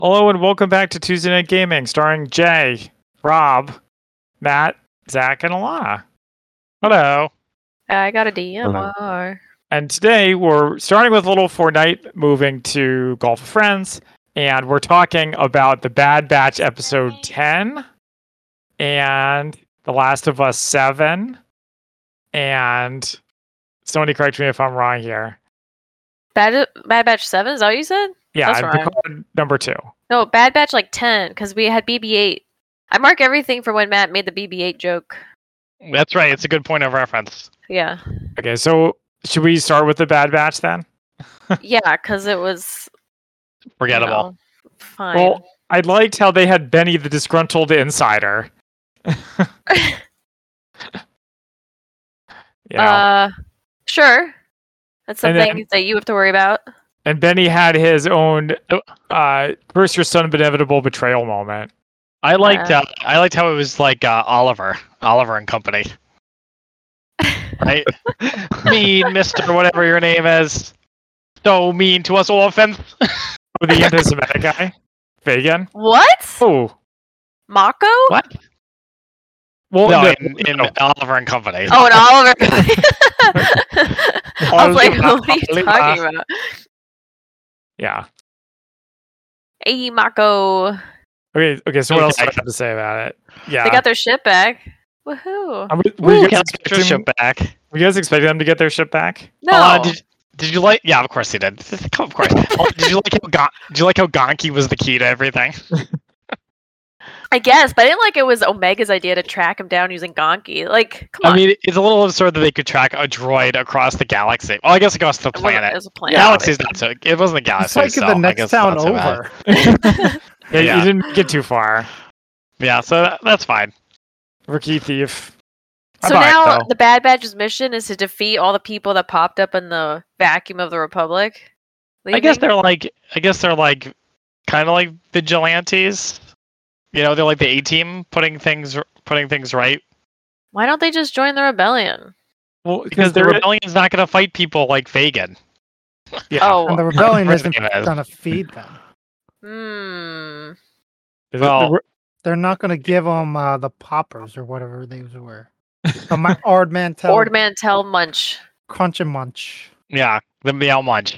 Hello and welcome back to Tuesday Night Gaming, starring Jay, Rob, Matt, Zach, and Alana. Hello. Uh, I got a DMR. And today we're starting with a little Fortnite, moving to Golf with Friends, and we're talking about the Bad Batch episode 10 and The Last of Us 7. And somebody correct me if I'm wrong here. Bad, Bad Batch 7, is that what you said? Yeah, That's and right. Picard number two. No, Bad Batch like 10, because we had BB 8. I mark everything for when Matt made the BB 8 joke. That's right. It's a good point of reference. Yeah. Okay, so should we start with the Bad Batch then? yeah, because it was. you Forgettable. know, fine. Well, I liked how they had Benny the disgruntled insider. yeah. uh, sure. That's And something then- that you have to worry about. and Benny had his own Oh. uh first your son but inevitable betrayal moment. I liked. Uh. Uh, I liked how it was like uh, Oliver, Oliver and Company. Right? mean, Mister, whatever your name is, so mean to us all. Offense. Oh, the anti-Semitic guy? Vegan? What? Oh. Mako? What? Well, no, no, in, in no. Oliver and Company. Oh, and Oliver. I was like, Oliver, what are you Oliver. Uh, talking about? yeah. Hey, Mako. Okay, okay, so what else do I Okay. have to say about it? Yeah. They got their shit back. Woohoo. Um, were, Woo, you can guys I get your expecting, ship back. were you guys expecting them to get their ship back? No. Uh, did, did you like? Yeah, of course he did. Of course. Oh, did you like how? Gon- did you like how Gonki was the key to everything? I guess, but I didn't like it was Omega's idea to track him down using Gonki. Like, come on. I mean, it's a little absurd that they could track a droid across the galaxy. Well, I guess across the it wasn't- planet. It was a planet. Galaxy's not so. It wasn't the It's galaxy. like so the I next guess town not so bad. over. Yeah, Yeah. you didn't get too far. Yeah, so that, that's fine. Rookie thief. I so buy it, now though. the Bad Badge's mission is to defeat all the people that popped up in the vacuum of the Republic. I guess leaving. they're like, I guess they're like, kind of like vigilantes. You know, they're like the A team, putting things, putting things right. Why don't they just join the rebellion? well, Because the rebellion's not going to fight people like Fagin. yeah. Oh, And the rebellion isn't Everything is. going to feed them. hmm. The- the well- re- They're not going to give them uh, the poppers or whatever these were. The my Ard Mantel Ord Mantell Munch. Crunch and Munch. Yeah, the meow munch.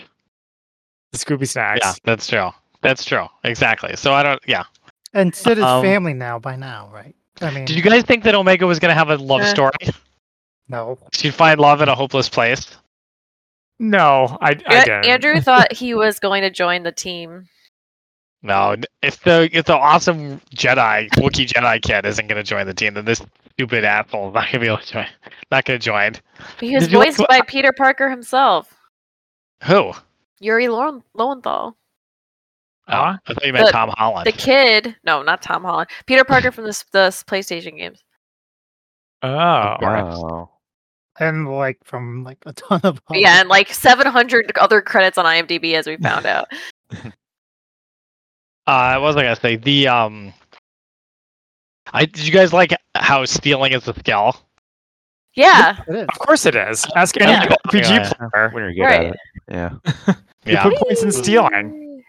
the Scooby Snacks. Yeah, that's true. That's true. Exactly. So I don't. Yeah. And Sid is Um, family now by now, right? I Mm. mean, Did you guys think that Omega was going to have a love Eh. story? no. She'd find love in a hopeless place. No, I, I An- didn't. Andrew thought he was going to join the team. No, n- if the if the awesome Jedi Wookiee Jedi kid isn't gonna join the team, then this stupid asshole is not gonna be able to join. Not gonna join. He was Did you like voiced what- by Peter Parker himself, Who? Yuri Lowen- Lowenthal. Huh? Oh, I thought you meant The- Tom Holland. The kid, no, not Tom Holland. Peter Parker from the, s- the s- PlayStation games. Oh, Wow. And like from like a ton of. Yeah, and like 700 other credits on IMDb as we found out. Uh, I wasn't gonna say the um. I did you guys like how stealing is a skill? Yeah, It is. of course it is. Ask any Yeah. RPG Yeah. player. when you're good Right. at it. Yeah. You Yeah. put points in stealing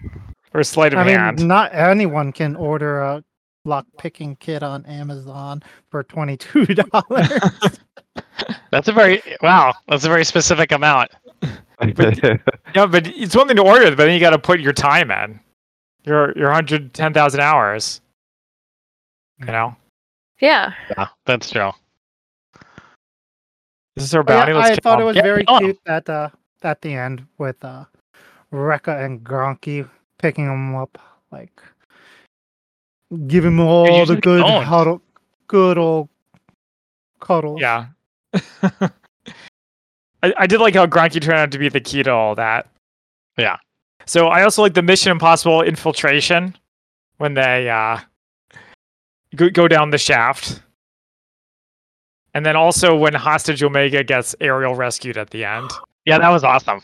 or sleight of I mean, hand. not anyone can order a lock picking kit on Amazon for $22. That's a very wow. That's a very specific amount. No, but it's one thing to order, but then you got to put your time in. Your your hundred ten thousand hours. You know, Yeah. Yeah, that's true. this is our But bounty. Oh, yeah, Let's I kill thought him. it was Yeah, very kill 'em. cute at uh, at the end with uh, Rekka and Gronky picking him up, like give him all the just good don't. huddle, good old cuddles. Yeah. I, I did like how Gronky turned out to be the key to all that. Yeah. So I also like the Mission Impossible infiltration when they uh, go, go down the shaft. And then also when Hostage Omega gets aerial rescued at the end. Yeah, that was awesome.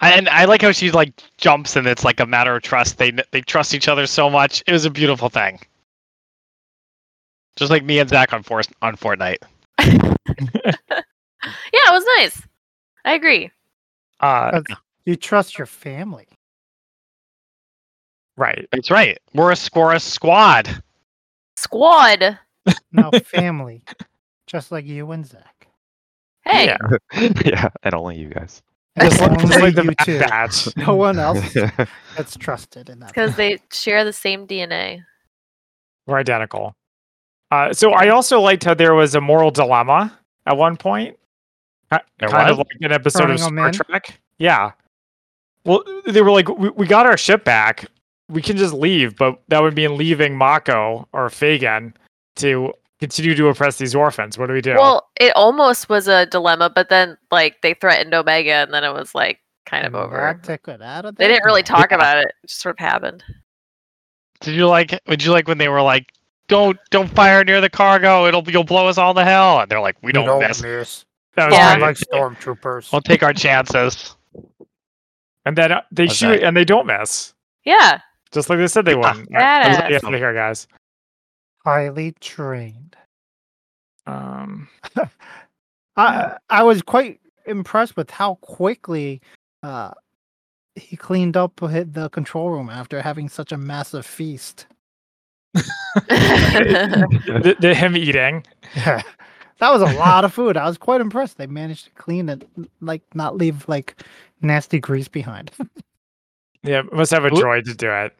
And I like how she like jumps, and it's like a matter of trust. They they trust each other so much. It was a beautiful thing. Just like me and Zach on For- on Fortnite. Yeah, it was nice. I agree. Uh, You trust your family. Right. That's right. We're a, we're a squad. Squad. Now family, just like you and Zach. Hey. Yeah. yeah, and only you guys. And Just like, just only like the you Bad two. Batch. No one else that's trusted in that. Because they share the same DNA. We're identical. Uh, so I also liked how there was a moral dilemma at one point. Ki- There kind of was? like an episode of Throwing 'em Star in? Trek. Yeah. Well, they were like, we, we got our ship back. We can just leave, but that would mean leaving Mako or Fagin to continue to oppress these orphans. What do we do? Well, it almost was a dilemma, but then like they threatened Omega, and then it was like kind of And over. that took it out of They didn't there. really talk Yeah. about it. It just sort of happened. Did you like? Would you like when they were like, "Don't don't fire near the cargo. It'll you'll blow us all to hell." And they're like, "We don't, miss. miss. that was yeah. great. like stormtroopers. We'll take our chances." And then uh, they What's shoot that? and they don't miss, Yeah. just like they said they Yeah. wouldn't. I was like, Badass. yeah, look here, guys. Highly trained. Um, I I was quite impressed with how quickly uh, he cleaned up hi- the control room after having such a massive feast. Oh, the, the, him eating. Yeah, that was a lot of food. I was quite impressed. They managed to clean it, n- like not leave like nasty grease behind. Yeah, must have a Who- droid to do it.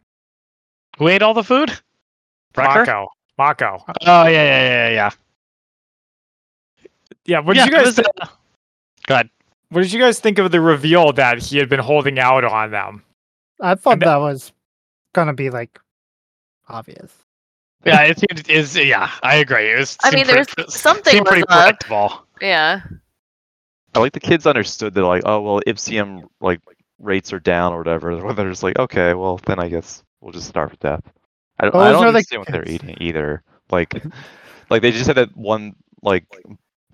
Who ate all the food? Wrecker? Mako. Mako. Uh, Oh yeah, yeah, yeah, yeah. Yeah, what did Yeah, you it guys was, uh, go ahead. what did you guys think of the reveal that he had been holding out on them? I thought And the- that was gonna be like obvious. Yeah, it seemed is yeah. I agree. It was. I seemed mean, pretty, there pre- was- something seemed pretty was up. predictable. yeah. I like the kids understood that, like, oh well, IPCM like rates are down or whatever. When they're just like, okay, well then I guess we'll just starve to death. I don't, I Those are don't the understand what they're kids. eating either. Like, like they just had that one like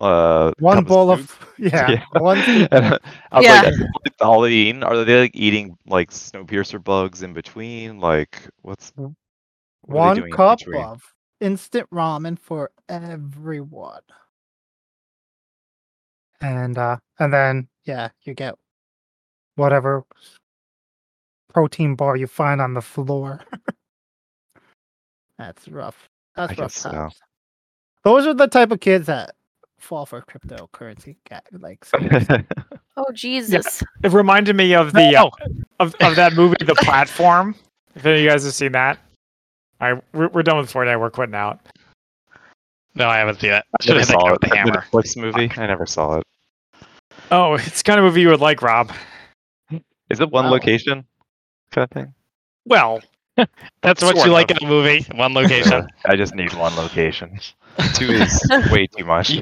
uh One cup bowl soup. of yeah, one and I was Yeah. like, "What the hell are they eating? Are they like eating like Snowpiercer bugs in between? Like, what's Mm. what are they one doing in cup between? of instant ramen for everyone. And uh and then yeah, you get whatever protein bar you find on the floor. That's rough. That's I rough guess so. times. Those are the type of kids that fall for cryptocurrency ga- like scams. Oh Jesus. It reminded me of the uh, No. of, of that movie, The Platform. If any of you guys have seen that, all right, we're, we're done with Fortnite. We're quitting out. No, I haven't seen it. I Should never have hit that guy saw it. with the hammer. The Netflix movie. I never saw it. Oh, it's the kind of movie you would like, Rob. Is it one Wow. location kind of thing? Well, That's what Sort you like of. in a movie. One location. I just need one location. Two is way too much.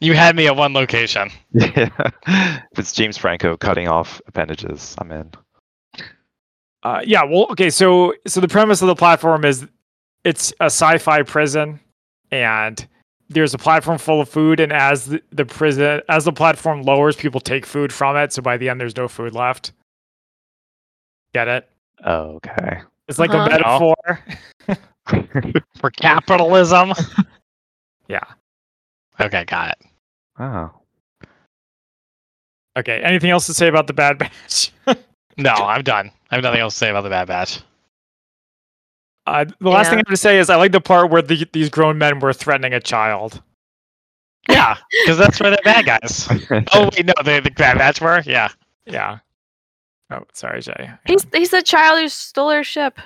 you had me at one location. Yeah. If it's James Franco cutting off appendages, I'm in. uh, yeah. Well, okay. So, so the premise of the platform is it's a sci-fi prison, and there's a platform full of food, and as the, the prison as the platform lowers, people take food from it. So by the end, there's no food left. Get it? Okay. It's like Uh-huh. a metaphor. For capitalism. Yeah. Okay, got it. Oh. Okay. Anything else to say about the Bad Batch? No, I'm done. I have nothing else to say about the Bad Batch. Uh, the last thing Yeah. I have to say is I like the part where the, these grown men were threatening a child. Yeah, because that's where the bad guys. Oh wait, no, the the Bad Batch were. Yeah. Yeah. Oh, sorry, Jay. He's he's the child who stole her ship.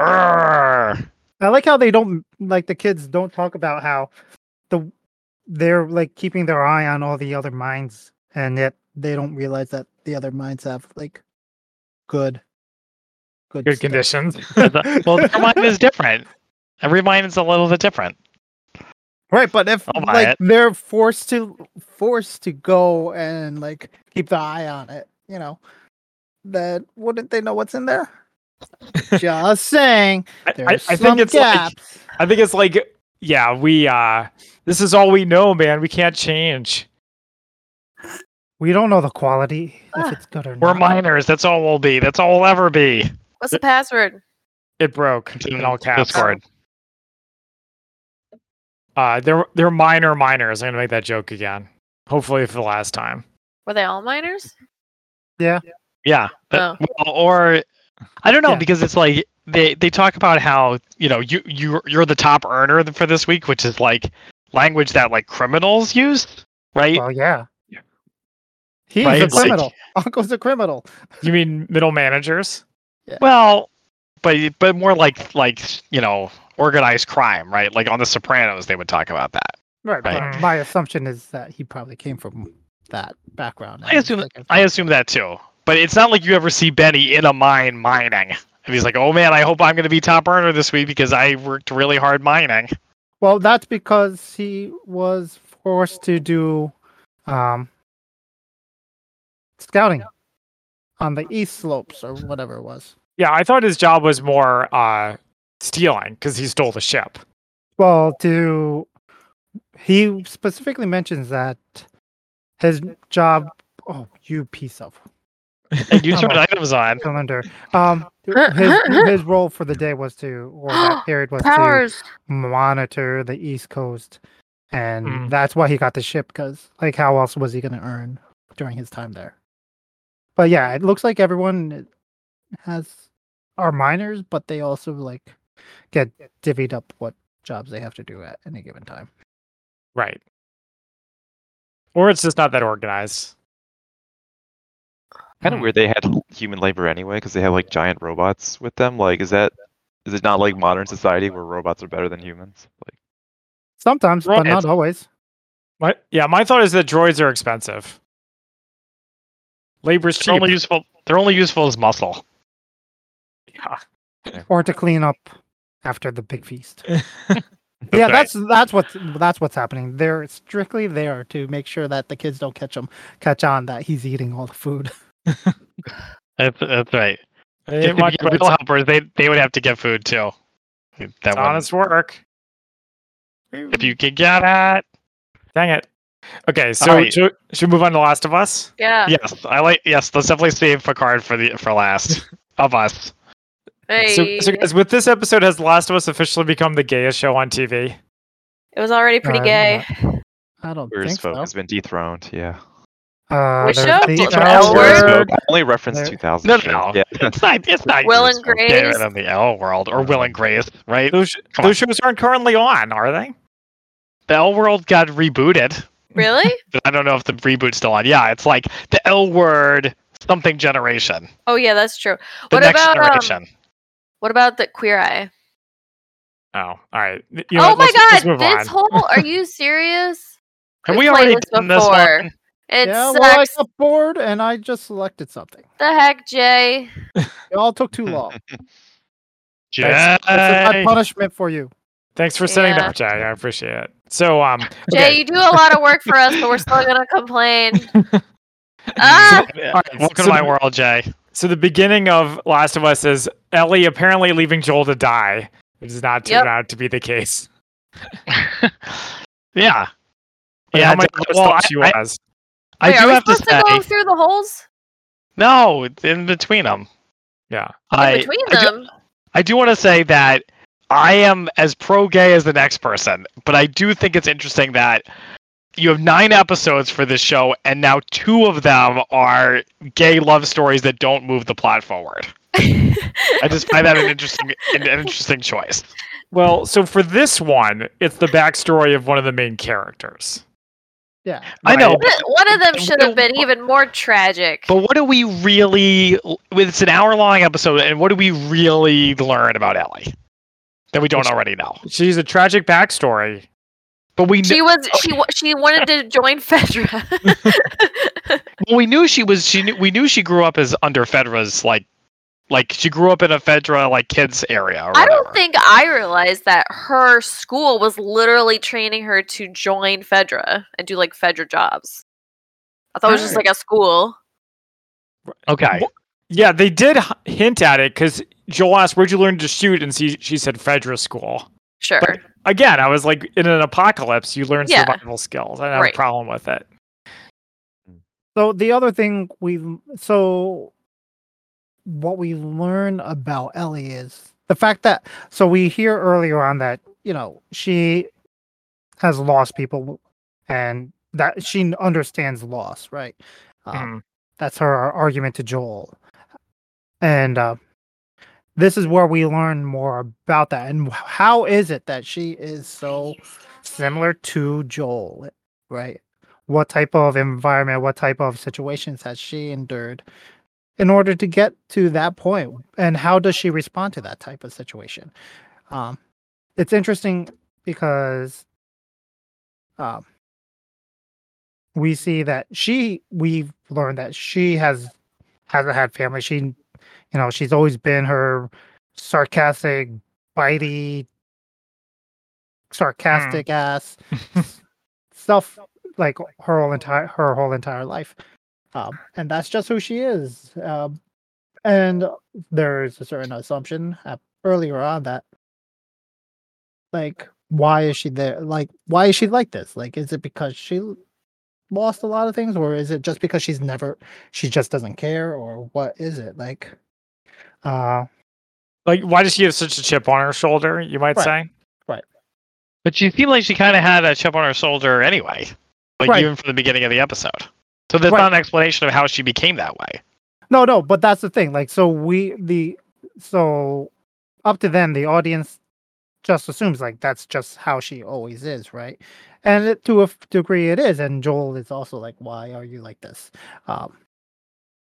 Urgh. I like how they don't like the kids don't talk about how the they're like keeping their eye on all the other minds and yet they don't realize that the other minds have like good good, Good stuff. conditions. well, their mind is different. Every mind is a little bit different. Right, but if I'll buy like it. they're forced to forced to go and like keep the eye on it, you know, then wouldn't they know what's in there? Just saying, I, there's I- I some think it's like gaps. I think it's like yeah, we uh this is all we know, man. We can't change. We don't know the quality Ah. if it's good or We're not. minors. That's all we'll be. That's all we'll ever be. What's the password? It broke Mm-hmm. in all caps. Discord. Uh they're they're minor minors. I'm gonna make that joke again. Hopefully for the last time. Were they all minors? Yeah. Yeah. but- well, or I don't know Yeah. because it's like they they talk about how you know you you you're the top earner for this week, which is like language that like criminals use, right? Well, yeah. He's Right, a it's like- criminal. Uncle's a criminal. You mean middle managers? Well, but but more like like you know organized crime, right? Like on The Sopranos, they would talk about that. Right. but Right. my assumption is that he probably came from that background. I and assume- like, I assume that too. But it's not like you ever see Benny in a mine mining. And he's like, "Oh man, I hope I'm going to be top earner this week because I worked really hard mining." Well, that's because he was forced to do um, scouting on the east slopes or whatever it was. Yeah, I thought his job was more uh, stealing because he stole the ship. Well, to he specifically mentions that his job. Oh, you piece of And you turn items on. cylinder. Um, his his role for the day was to, or that period was to Powers. monitor the East Coast, and Hmm. Mm. that's why he got the ship. Because like, how else was he going to earn during his time there? But yeah, it looks like everyone has are minors, but they also like get divvied up what jobs they have to do at any given time. Right. Or it's just not that organized. Kind of Hmm. weird they had l- human labor anyway, because they had like giant robots with them. Like, is that is it not like modern society where robots are better than humans? Like, Sometimes, but not Right. always. My, yeah, my thought is that droids are expensive. Labor's They're cheap. only useful. They're only useful as muscle. Yeah. Or to clean up after the big feast. Yeah, Right. that's that's what's that's what's happening. They're strictly there to make sure that the kids don't catch him catch on that he's eating all the food. That's, that's right. It If ain't much, they but became real it's helpers, they they would have to get food too. That one. honest work. If you could get it. Dang it. Okay, so right. should, should we move on to Last of Us? Yeah. Yes, I like. Yes, let's definitely save Picard for the for last of us. So, Hey. so guys, with this episode, has The Last of Us officially become the gayest show on TV? it was already pretty Uh, gay. I don't Queer's think folk so. has been dethroned. Yeah. Uh, We there's should the teach L L Queer's word. folk. I only referenced There- 2000. Oh, No, shit. no, Yeah. it's not. It's not. Will and Better Grace. than the L world or Will and Grace, right? Those, Come those shows aren't currently on, are they? The L world got rebooted. Really? But I don't know if the reboot's still on. Yeah, it's like the L word something generation. Oh yeah, that's true. The What next about, um, generation. What about the queer eye? Oh, all right. You know oh what, my let's- god, let's move this on. whole are you serious? Have We've we played already this done this before. one? It Yeah, well, I sucks. got bored and I just selected something. the heck, Jay? It all took too long. That's- It's my Jay. punishment for you. Thanks for sitting Yeah. down, Jay. I appreciate it. So, um, Jay, you do a lot of work for us, but we're still gonna complain. ah, Yeah. All right, Welcome so to my the- world, Jay. So the beginning of Last of Us is Ellie apparently leaving Joel to die, which does not turn Yep. out to be the case. yeah. Like, Yeah, how much d- of a well, slut I- she I- was. I wait, do are we have to supposed say go through the holes no. it's In between them, Yeah. I in between I do- them? I do want to say that I am as pro gay as the next person, but I do think it's interesting that you have nine episodes for this show, and now two of them are gay love stories that don't move the plot forward. I just find that an interesting, an, an interesting choice. Well, so for this one, it's the backstory of one of the main characters. Yeah. I know, Right. One of- One of them But should have what- been even more tragic. but what do we really? It's an hour-long episode, and what do we really learn about Ellie that we don't already know? She's a tragic backstory. But we She knew, was she wa- she wanted to join Fedra. well, we knew she was. She knew we knew she grew up as under Fedra's like, like she grew up in a Fedra like kids area. Or I don't whatever. think I realized that her school was literally training her to join Fedra and do like Fedra jobs. I thought it was just like a school. Okay. Yeah, they did h- hint at it because Joel asked, "Where'd you learn to shoot?" And she she said, "Fedra School." Sure. Again, I was like, in an apocalypse, you learn Yeah. survival skills. I don't have Right. a problem with it. So the other thing we so what we learn about Ellie is the fact that so we hear earlier on that you know she has lost people and that she understands loss, right? Um, Mhm. That's her ar- argument to Joel. And uh, this is where we learn more about that. And wh- how is it that she is so similar to Joel, right? What type of environment, what type of situations has she endured in order to get to that point? And how does she respond to that type of situation? Um, it's interesting because um, we see that she we've learned that she has hasn't had family she you know she's always been her sarcastic bitey sarcastic ass self like her whole entire her whole entire life um and that's just who she is um and there is a certain assumption uh, earlier on that like why is she there like why is she like this like is it because she l- lost a lot of things or is it just because she's never she just doesn't care or what is it like uh Like, why does she have such a chip on her shoulder? You might Right. say. But she seemed like she kind of had a chip on her shoulder anyway, like Right. even from the beginning of the episode. So there's Right. not an explanation of how she became that way. no no but that's the thing like so we the so up to then the audience just assumes like that's just how she always is right and it, to a f- degree it is and joel is also like why are you like this um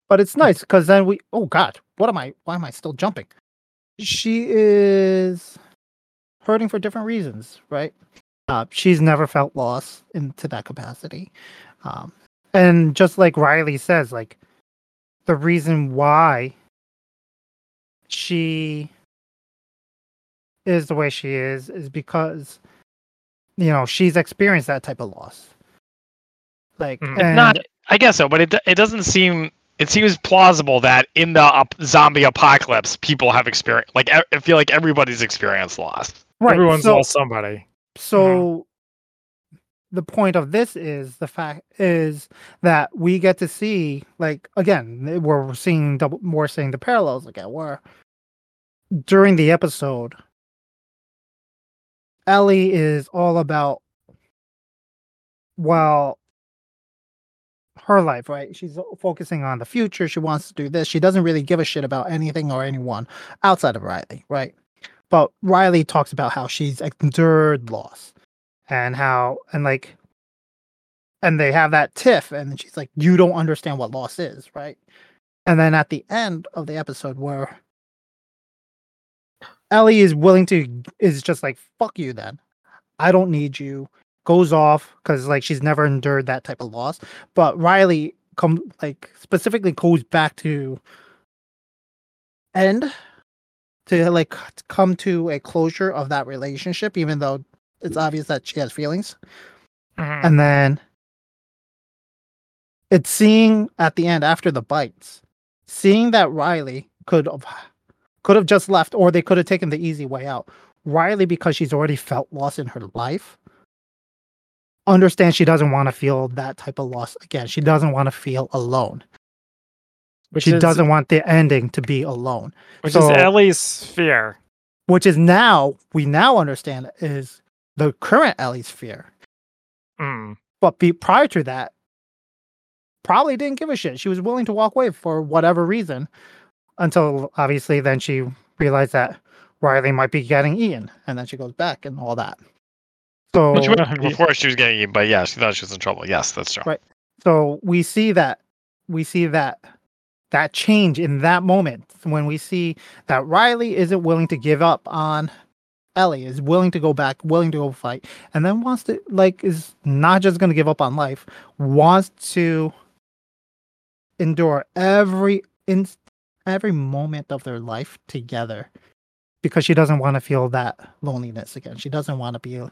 but it's nice because then we oh god what am i why am i still jumping she is hurting for different reasons right uh, she's never felt loss into that capacity um and just like riley says like the reason why she is the way she is is because you know she's experienced that type of loss like Mm. It's It's and- not, I guess so, but it it doesn't seem. It seems plausible that in the op- zombie apocalypse, people have experience. Like e- I feel like everybody's experienced loss. right, Everyone's so- all somebody. So the point of this is the fact is that we get to see like again th- we're seeing double more seeing the parallels again where during the episode Ellie is all about well her life right she's focusing on the future she wants to do this she doesn't really give a shit about anything or anyone outside of Riley right but Riley talks about how she's endured loss and how and like and they have that tiff and then she's like you don't understand what loss is right and then at the end of the episode where Ellie is willing to is just like fuck you then I don't need you goes off cuz like she's never endured that type of loss but Riley come like specifically goes back to end to like c- come to a closure of that relationship, even though it's obvious that she has feelings. mm-hmm. Mm. And then it's seeing at the end after the bites, seeing that Riley could have could have just left, or they could have taken the easy way out. Riley, because she's already felt loss in her life, understands she doesn't want to feel that type of loss again. She doesn't want to feel alone. Which she is, doesn't want the ending to be alone. Which so- is Ellie's fear. which is now we now understand is the current Ellie's fear. Mm. But be, prior to that, probably didn't give a shit. She was willing to walk away for whatever reason, until obviously then she realized that Riley might be getting eaten, and then she goes back and all that. So Which was before she was getting eaten, but yeah, she thought she was in trouble. Yes, that's true. Right. So we see that we see that that change in that moment when we see that Riley isn't willing to give up on Ellie is willing to go back, willing to go fight, and then wants to like is not just going to give up on life, wants to endure every inst- every moment of their life together because she doesn't want to feel that loneliness again. She doesn't want to be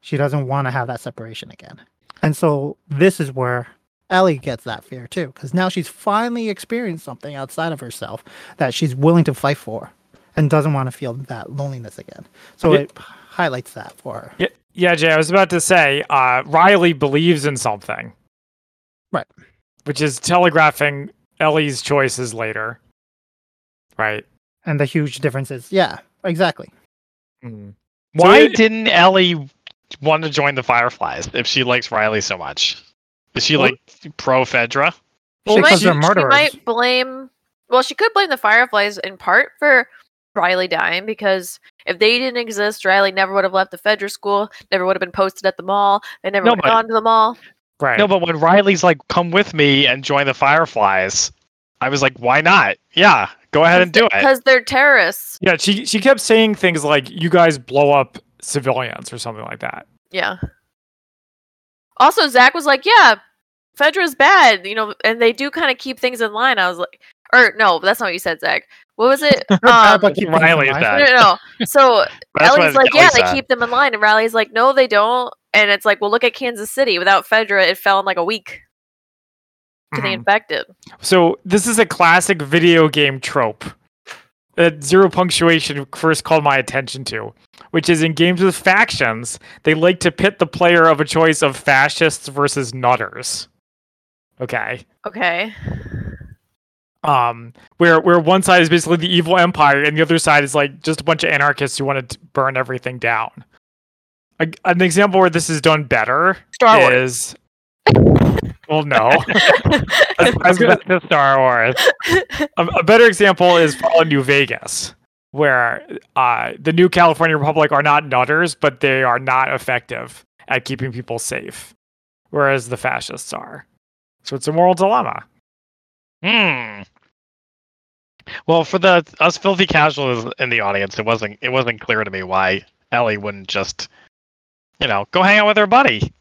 she doesn't want to have that separation again. And so this is where Ellie gets that fear too, because now she's finally experienced something outside of herself that she's willing to fight for and doesn't want to feel that loneliness again. So Yeah. it highlights that for her. Yeah, yeah, Jay. I was about to say, uh, Riley believes in something, Right. Which is telegraphing Ellie's choices later, right? And the huge difference is, yeah, exactly. Mm. Why So- didn't Ellie want to join the Fireflies if she likes Riley so much? Is she Well- like pro Fedra? Well, Because she, they're she murderers. might blame. Well, she could blame the Fireflies in part for Riley dying because if they didn't exist, Riley never would have left the Fedra school. Never would have been posted at the mall. They never No, would but- have gone to the mall. Right. No, but when Riley's like, "Come with me and join the Fireflies," I was like, "Why not? Yeah, go ahead and do it." because they're terrorists. yeah, she she kept saying things like "you guys blow up civilians" or something like that. Yeah. Also, Zach was like, "Yeah, Fedra's bad," you know, and they do kind of keep things in line. I was like, or no, that's not what you said, Zach. What was it? Um, But keep things in Riley's mind. no, that. no, no. So That's Ellie's what like, yeah, Ellie they said. keep them in line, and Riley's like, no, they don't. And it's like, well, look at Kansas City. Without Fedra, it fell in like a week to the Mm-hmm. Mhm. infected. So this is a classic video game trope that zero punctuation first called my attention to, which is in games with factions, they like to pit the player of a choice of fascists versus nutters. Okay. Okay. Um, where where one side is basically the evil empire and the other side is like just a bunch of anarchists who want to burn everything down. A, an example where this is done better Star is Wars. well, no. I was gonna- Back to Star Wars. a, a better example is Fallen New Vegas, where uh, the new California Republic are not nutters, but they are not effective at keeping people safe, whereas the fascists are. So it's a moral dilemma. Hmm. Well, for the us filthy casuals in the audience, it wasn't it wasn't clear to me why Ellie wouldn't just, you know, go hang out with her buddy.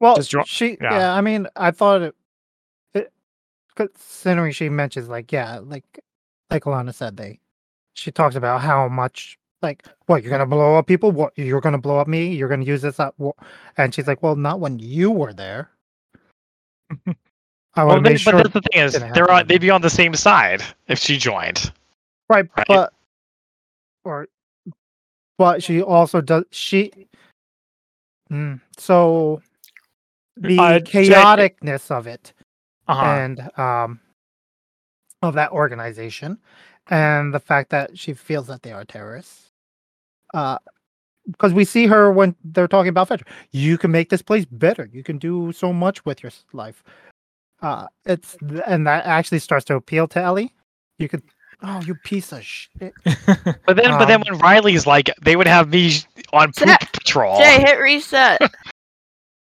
Well, Just dro- she. yeah. Yeah. I mean, I thought it, it. Considering she mentions, like, yeah, like, like Alana said, they. She talks about how much, like, what you're gonna blow up people. What you're gonna blow up me. You're gonna use this up. wha-" And she's like, well, not when you were there. I Well, want to they- make sure, but that's the thing is, didn't they're happen. on, they'd be on the same side if she joined. right, right. But, or, but she also does. She. Mm, so, the Uh, Jen- chaoticness of it. Uh-huh. and um, of that organization, and the fact that she feels that they are terrorists. Because we see her when they're talking about Fetcher. You can make this place better. You can do so much with your s- life. Uh, it's th- and that actually starts to appeal to Ellie. You could, oh, you piece of shit. But then, but then Um, when Riley's like, they would have me on poop Zach- patrol. Jay, hit reset.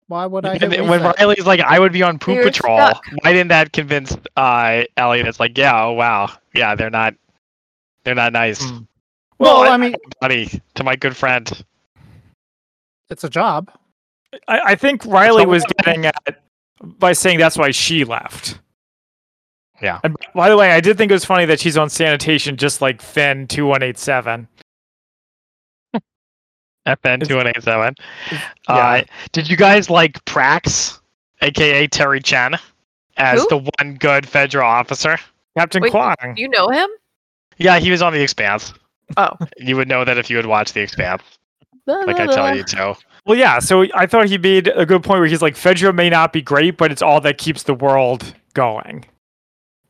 Why would I? And hit then when reset? Riley's like, I would be on poop You're patrol. stuck. Why didn't that convince uh, Ellie? That's like, yeah, oh wow, yeah, they're not, they're not nice. Hmm. well, Well, I mean, Buddy, to my good friend. it's a job. I, I think Riley all was about- getting at by saying that's why she left. Yeah. And by the way, I did think it was funny that she's on sanitation just like Finn two one eight seven. FN two one eight seven. yeah. Uh, did you guys like Prax, aka Terry Chen, as Who? the one good Fedra officer? Captain Wait, Kwong. You know him? Yeah, he was on the Expanse. Oh. you would know that if you had watched the Expanse, Blah, like blah, I blah. tell you to. Well, yeah. So I thought he made a good point where he's like, Fedra may not be great, but it's all that keeps the world going.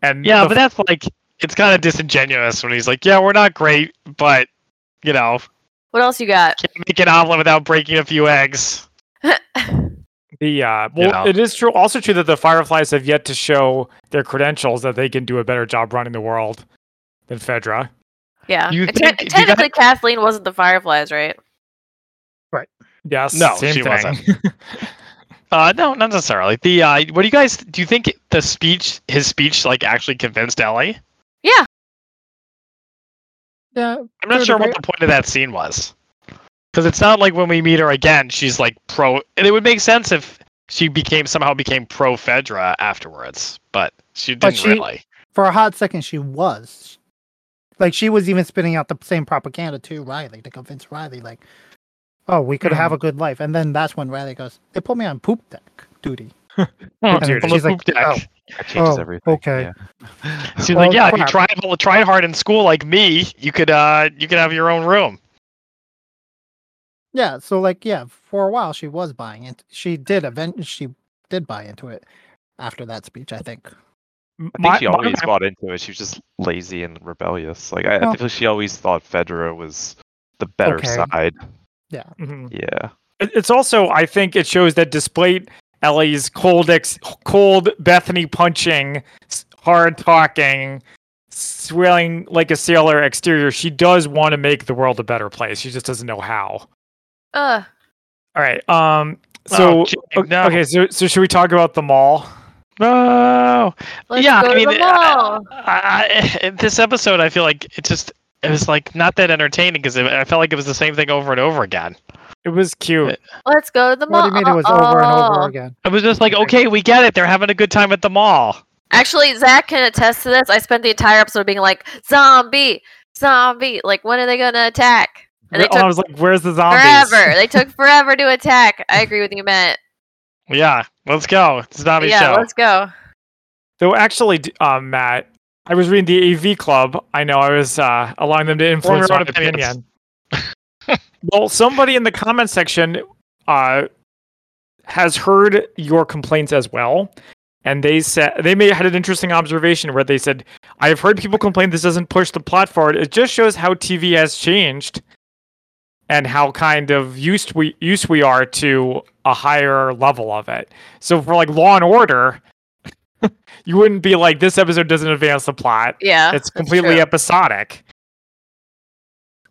And Yeah, the- but that's like it's kind of disingenuous when he's like, "Yeah, we're not great, but you know, What else you got? can't make an omelet without breaking a few eggs." the uh, well, know. it is true. Also true that the Fireflies have yet to show their credentials that they can do a better job running the world than Fedra. Yeah. You And te- think- you got- technically, Kathleen wasn't the Fireflies, right? Yes. No, same she thing. wasn't. Uh, no, not necessarily. The uh, what do you guys do? You think the speech, his speech, like actually convinced Ellie? Yeah. Yeah, I'm not Dude, sure what where- the point of that scene was, because it's not like when we meet her again, she's like pro. And it would make sense if she became somehow became pro Fedra afterwards, but she didn't But she- really. for a hot second she was like she was even spitting out the same propaganda to riley to convince riley like oh we could Mm. have a good life and then that's when riley goes they put me on poop deck duty Oh, And dude, she's like, oh, That changes Oh, everything. okay. yeah. She's Well, like, yeah, if you crap. tried well, tried hard in school like me, you could uh you could have your own room. yeah so like yeah for a while she was buying it she did eventually she did buy into it after that speech i think I think she always bought into it. She was just lazy and rebellious. Like I, I Well- feel she always thought Fedra was the better Okay. side. Mhm. Yeah. It- It's also, I think, it shows that despite Ellie's cold, ex- cold Bethany punching, s- hard talking, swelling like a sailor exterior, she does want to make the world a better place. She just doesn't know how. Ugh. All right. Um. So Oh, gee, o- no. okay. So so should we talk about the mall? No. Let's Yeah, go I to mean, the mall. I, I, this episode, I feel like it just it was like not that entertaining because I felt like it was the same thing over and over again. It was cute. Let's go to the mall. What do you mean it was over and over Oh. again? I was just like, okay, we get it. They're having a good time at the mall. Actually, Zach can attest to this. I spent the entire episode being like, zombie, zombie. Like, when are they going to attack? And they And Oh, I took was like, "Where's the zombies?" forever. they took forever to attack. I agree with you, Matt. Yeah, let's go. It's not a yeah, show. let's go. Though actually, d- uh, Matt, I was reading the AV Club. I know I was uh, allowing them to influence your my own opinions. opinion. well, somebody in the comment section uh, has heard your complaints as well, and they said they may had an interesting observation where they said, "I have heard people complain this doesn't push the plot forward. It just shows how TV has changed." And how kind of used we used we are to a higher level of it. So for like Law and Order, you wouldn't be like this episode doesn't advance the plot. Yeah. it's completely Ah, true. episodic.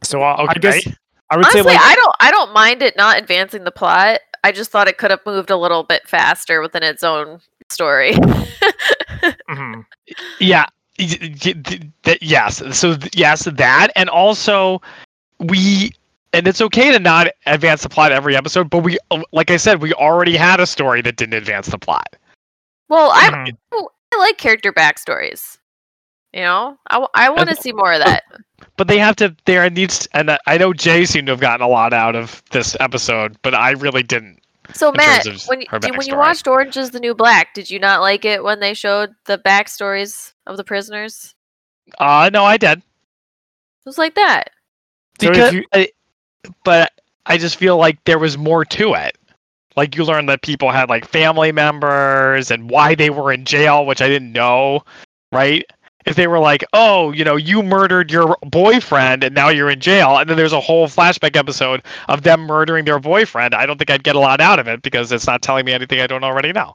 So uh, I guess Okay. I would Honestly, say like I don't I don't mind it not advancing the plot. I just thought it could have moved a little bit faster within its own story. mhm. Yeah. y- y- y- th- Yes. So th- yes, that and also we and it's okay to not advance the plot every episode, but we uh, like I said, we already had a story that didn't advance the plot. well, I, Mm-hmm. Mhm. I like character backstories. You know, I, w- I want to see more of that. But they have to. There needs, and I- I know Jay seemed to have gotten a lot out of this episode, but I really didn't. So in Matt, terms of when you, her do- when you backstory. watched Orange Is the New Black, did you not like it when they showed the backstories of the prisoners? Uh no, I did. It was like that. So if Because, you- I- but I just feel like there was more to it. Like you learned that people had like family members and why they were in jail, which I didn't know. Right? If they were like, oh, you know, you murdered your boyfriend and now you're in jail, and then there's a whole flashback episode of them murdering their boyfriend, I don't think I'd get a lot out of it because it's not telling me anything I don't already know.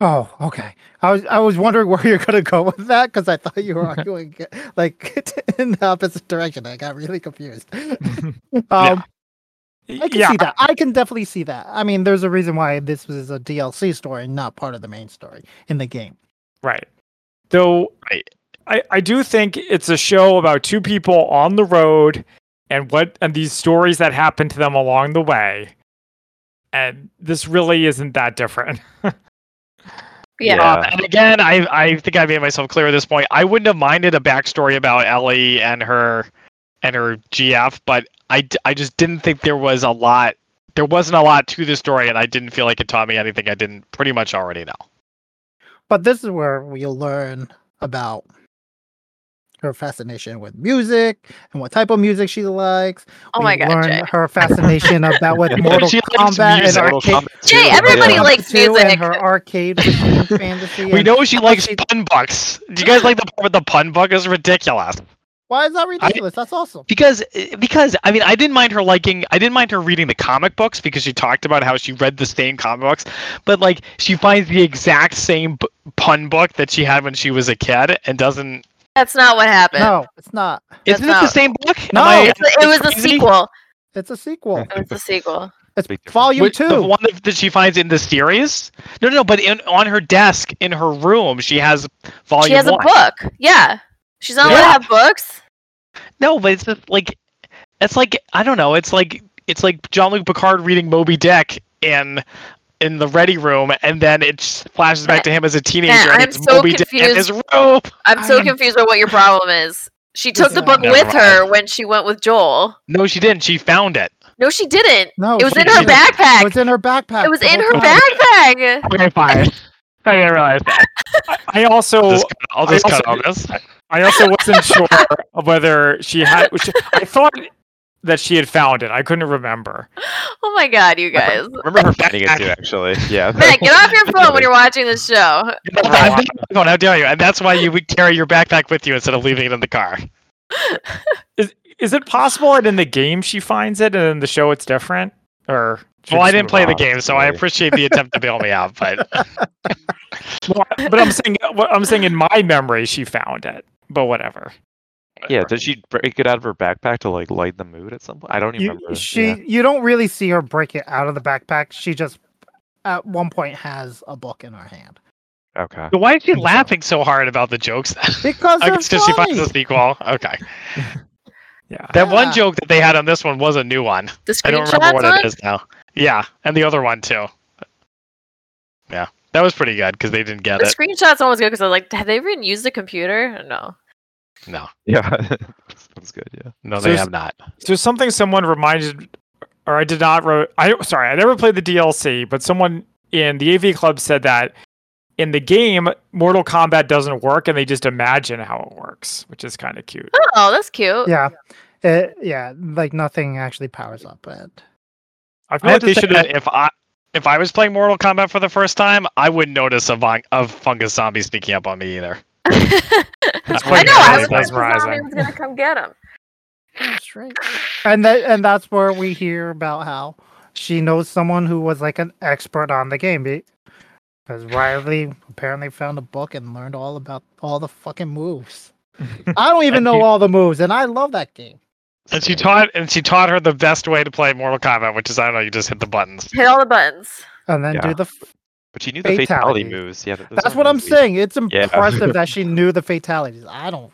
Oh, okay. I was I was wondering where you're gonna go with that because I thought you were arguing like in the opposite direction. I got really confused. um, I can yeah, see that. I can definitely see that. I mean, there's a reason why this was a DLC story and not part of the main story in the game. right. Though Right. I I do think it's a show about two people on the road and what and these stories that happen to them along the way. And this really isn't that different. Yeah. Yeah. Um, and again, I I think I made myself clear at this point. I wouldn't have minded a backstory about Ellie and her and her GF, but I, d- I just didn't think there was a lot. There wasn't a lot to the story, and I didn't feel like it taught me anything I didn't pretty much already know. But this is where we learn about her fascination with music and what type of music she likes. Oh my We god, learn Jay. her fascination about with She Mortal likes Kombat and music. Mortal arcade. Kombat Jay, 2, everybody yeah. likes- Two music. and her arcade machine fantasy. We and- know she likes she- pun bucks. Do you guys like the part with the pun book? Is ridiculous. Why is that ridiculous? That's awesome. because because I mean I didn't mind her liking I didn't mind her reading the comic books because she talked about how she read the same comic books, but like she finds the exact same b- pun book that she had when she was a kid and doesn't. That's not what happened. No, it's not. That's isn't it the not- same book? Am No. I- It's the- it was a crazy? sequel. It's a sequel. It was a sequel. It's Big difference. volume Which- two. The one that, that she finds in the series? No, no, no. But in, on her desk in her room, she has volume. She has a one. book. Yeah. She's not allowed to Yeah. have books. No, but it's just like it's like I don't know. It's like it's like John Luke Picard reading Moby Dick in in the ready room, and then it just flashes back to him as a teenager. Matt, and I'm it's so Moby Dick in his room. I'm so I'm- confused by what your problem is. She took the Listen, book Never with mind. her when she went with Joel. No, she didn't. She found it. No, she didn't. no, it was Oh, she in her didn't. backpack. It Oh. was in her backpack. It was the in whole her time. backpack. Okay, fine. I didn't realize that. I also I'll just, cut- I'll I just also cut all this. I also wasn't sure of whether she had. Which I thought that she had found it. I couldn't remember. Oh my god, you guys. Remember her finding it too, actually. Yeah. Matt, get off your phone when you're watching this show. I'm not on my phone, How dare you? And that's why you would carry your backpack with you instead of leaving it in the car. Is it possible that in the game she finds it and in the show it's different? Or Well, I didn't play the Rob, game, so I really. appreciate the attempt to bail me out, but Well, but I'm saying what I'm saying in my memory, she found it. But whatever. Yeah, did she break it out of her backpack to like light the mood at some point? I don't even You, remember. she Yeah. you don't really see her break it out of the backpack. She just at one point has a book in her hand Okay. But why is she laughing so hard about the jokes? then? because I they're guess 'cause she finds funny. a sequel. Okay, Yeah. that one Yeah. joke that they had on this one was a new one. The I don't screenshots remember what one? it is now. Yeah, and the other one too. Yeah, that was pretty good because they didn't get The it. screenshots one was good because I was like, have they even used a computer? No. No, Yeah. Sounds good. Yeah. no, So they is- have not. So something someone reminded, or I did not. Re- I sorry, I never played the DLC, but someone in the AV Club said that in the game, Mortal Kombat doesn't work, and they just imagine how it works, which is kind of cute. Oh, that's cute. Yeah. It, yeah, like nothing actually powers up it. I feel I like have to they say should that have. if I if I was playing Mortal Kombat for the first time, I wouldn't notice a, von- a fungus zombie sneaking up on me either. That's I Wait, know. that I was was like, the zombie mesmerizing. was gonna come get him. That's right. And that and that's where we hear about how she knows someone who was like an expert on the game because Riley apparently found a book and learned all about all the fucking moves. I don't even And know you- all the moves, and I love that game. And she Same. taught and she taught her the best way to play Mortal Kombat, which is I don't know, you just hit the buttons. Hit all the buttons. And then Yeah. do the. F- But she knew the fatality, Fatality. moves. Yeah. th- those that's are what I'm movies. saying. It's Yeah. impressive that she knew the fatalities. I don't.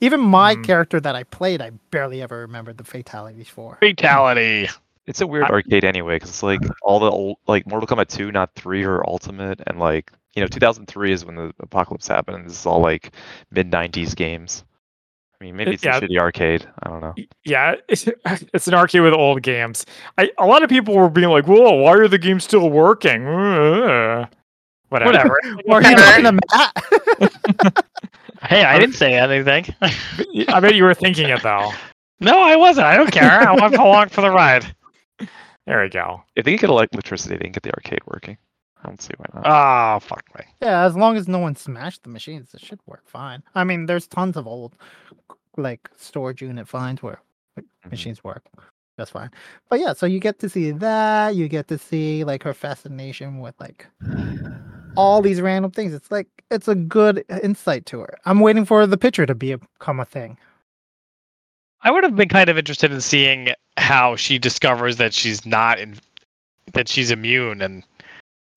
Even my Mm. character that I played, I barely ever remembered the fatalities for. Fatality. It's a weird I- Uh-huh. arcade anyway, because it's like all the old, like Mortal Kombat 2, not 3 or Ultimate, and like you know 2003 is when the apocalypse happened. And this is all Mm-hmm. like mid 90s games. I mean, maybe it's yeah. a shitty arcade. I don't know. Yeah, it's, it's an arcade with old games. I, a lot of people were being like, "Whoa, why are the games still working?" Whatever. Whatever. Or you talking to Matt? hey, I didn't say anything. I bet you were thinking it though. no, I wasn't. I don't care. I want to along for the ride. There we go. If they can get electricity, they can get the arcade working. I don't see why not. Uh, Oh fuck me. Yeah, as long as no one smashed the machines, it should work fine. I mean, there's tons of old like storage unit finds where like, Mhm. machines work. That's fine. But yeah, so you get to see that, you get to see like her fascination with like all these random things. It's like it's a good insight to her. I'm waiting for the picture to be- become a thing. I would have been kind of interested in seeing how she discovers that she's not in, that she's immune, and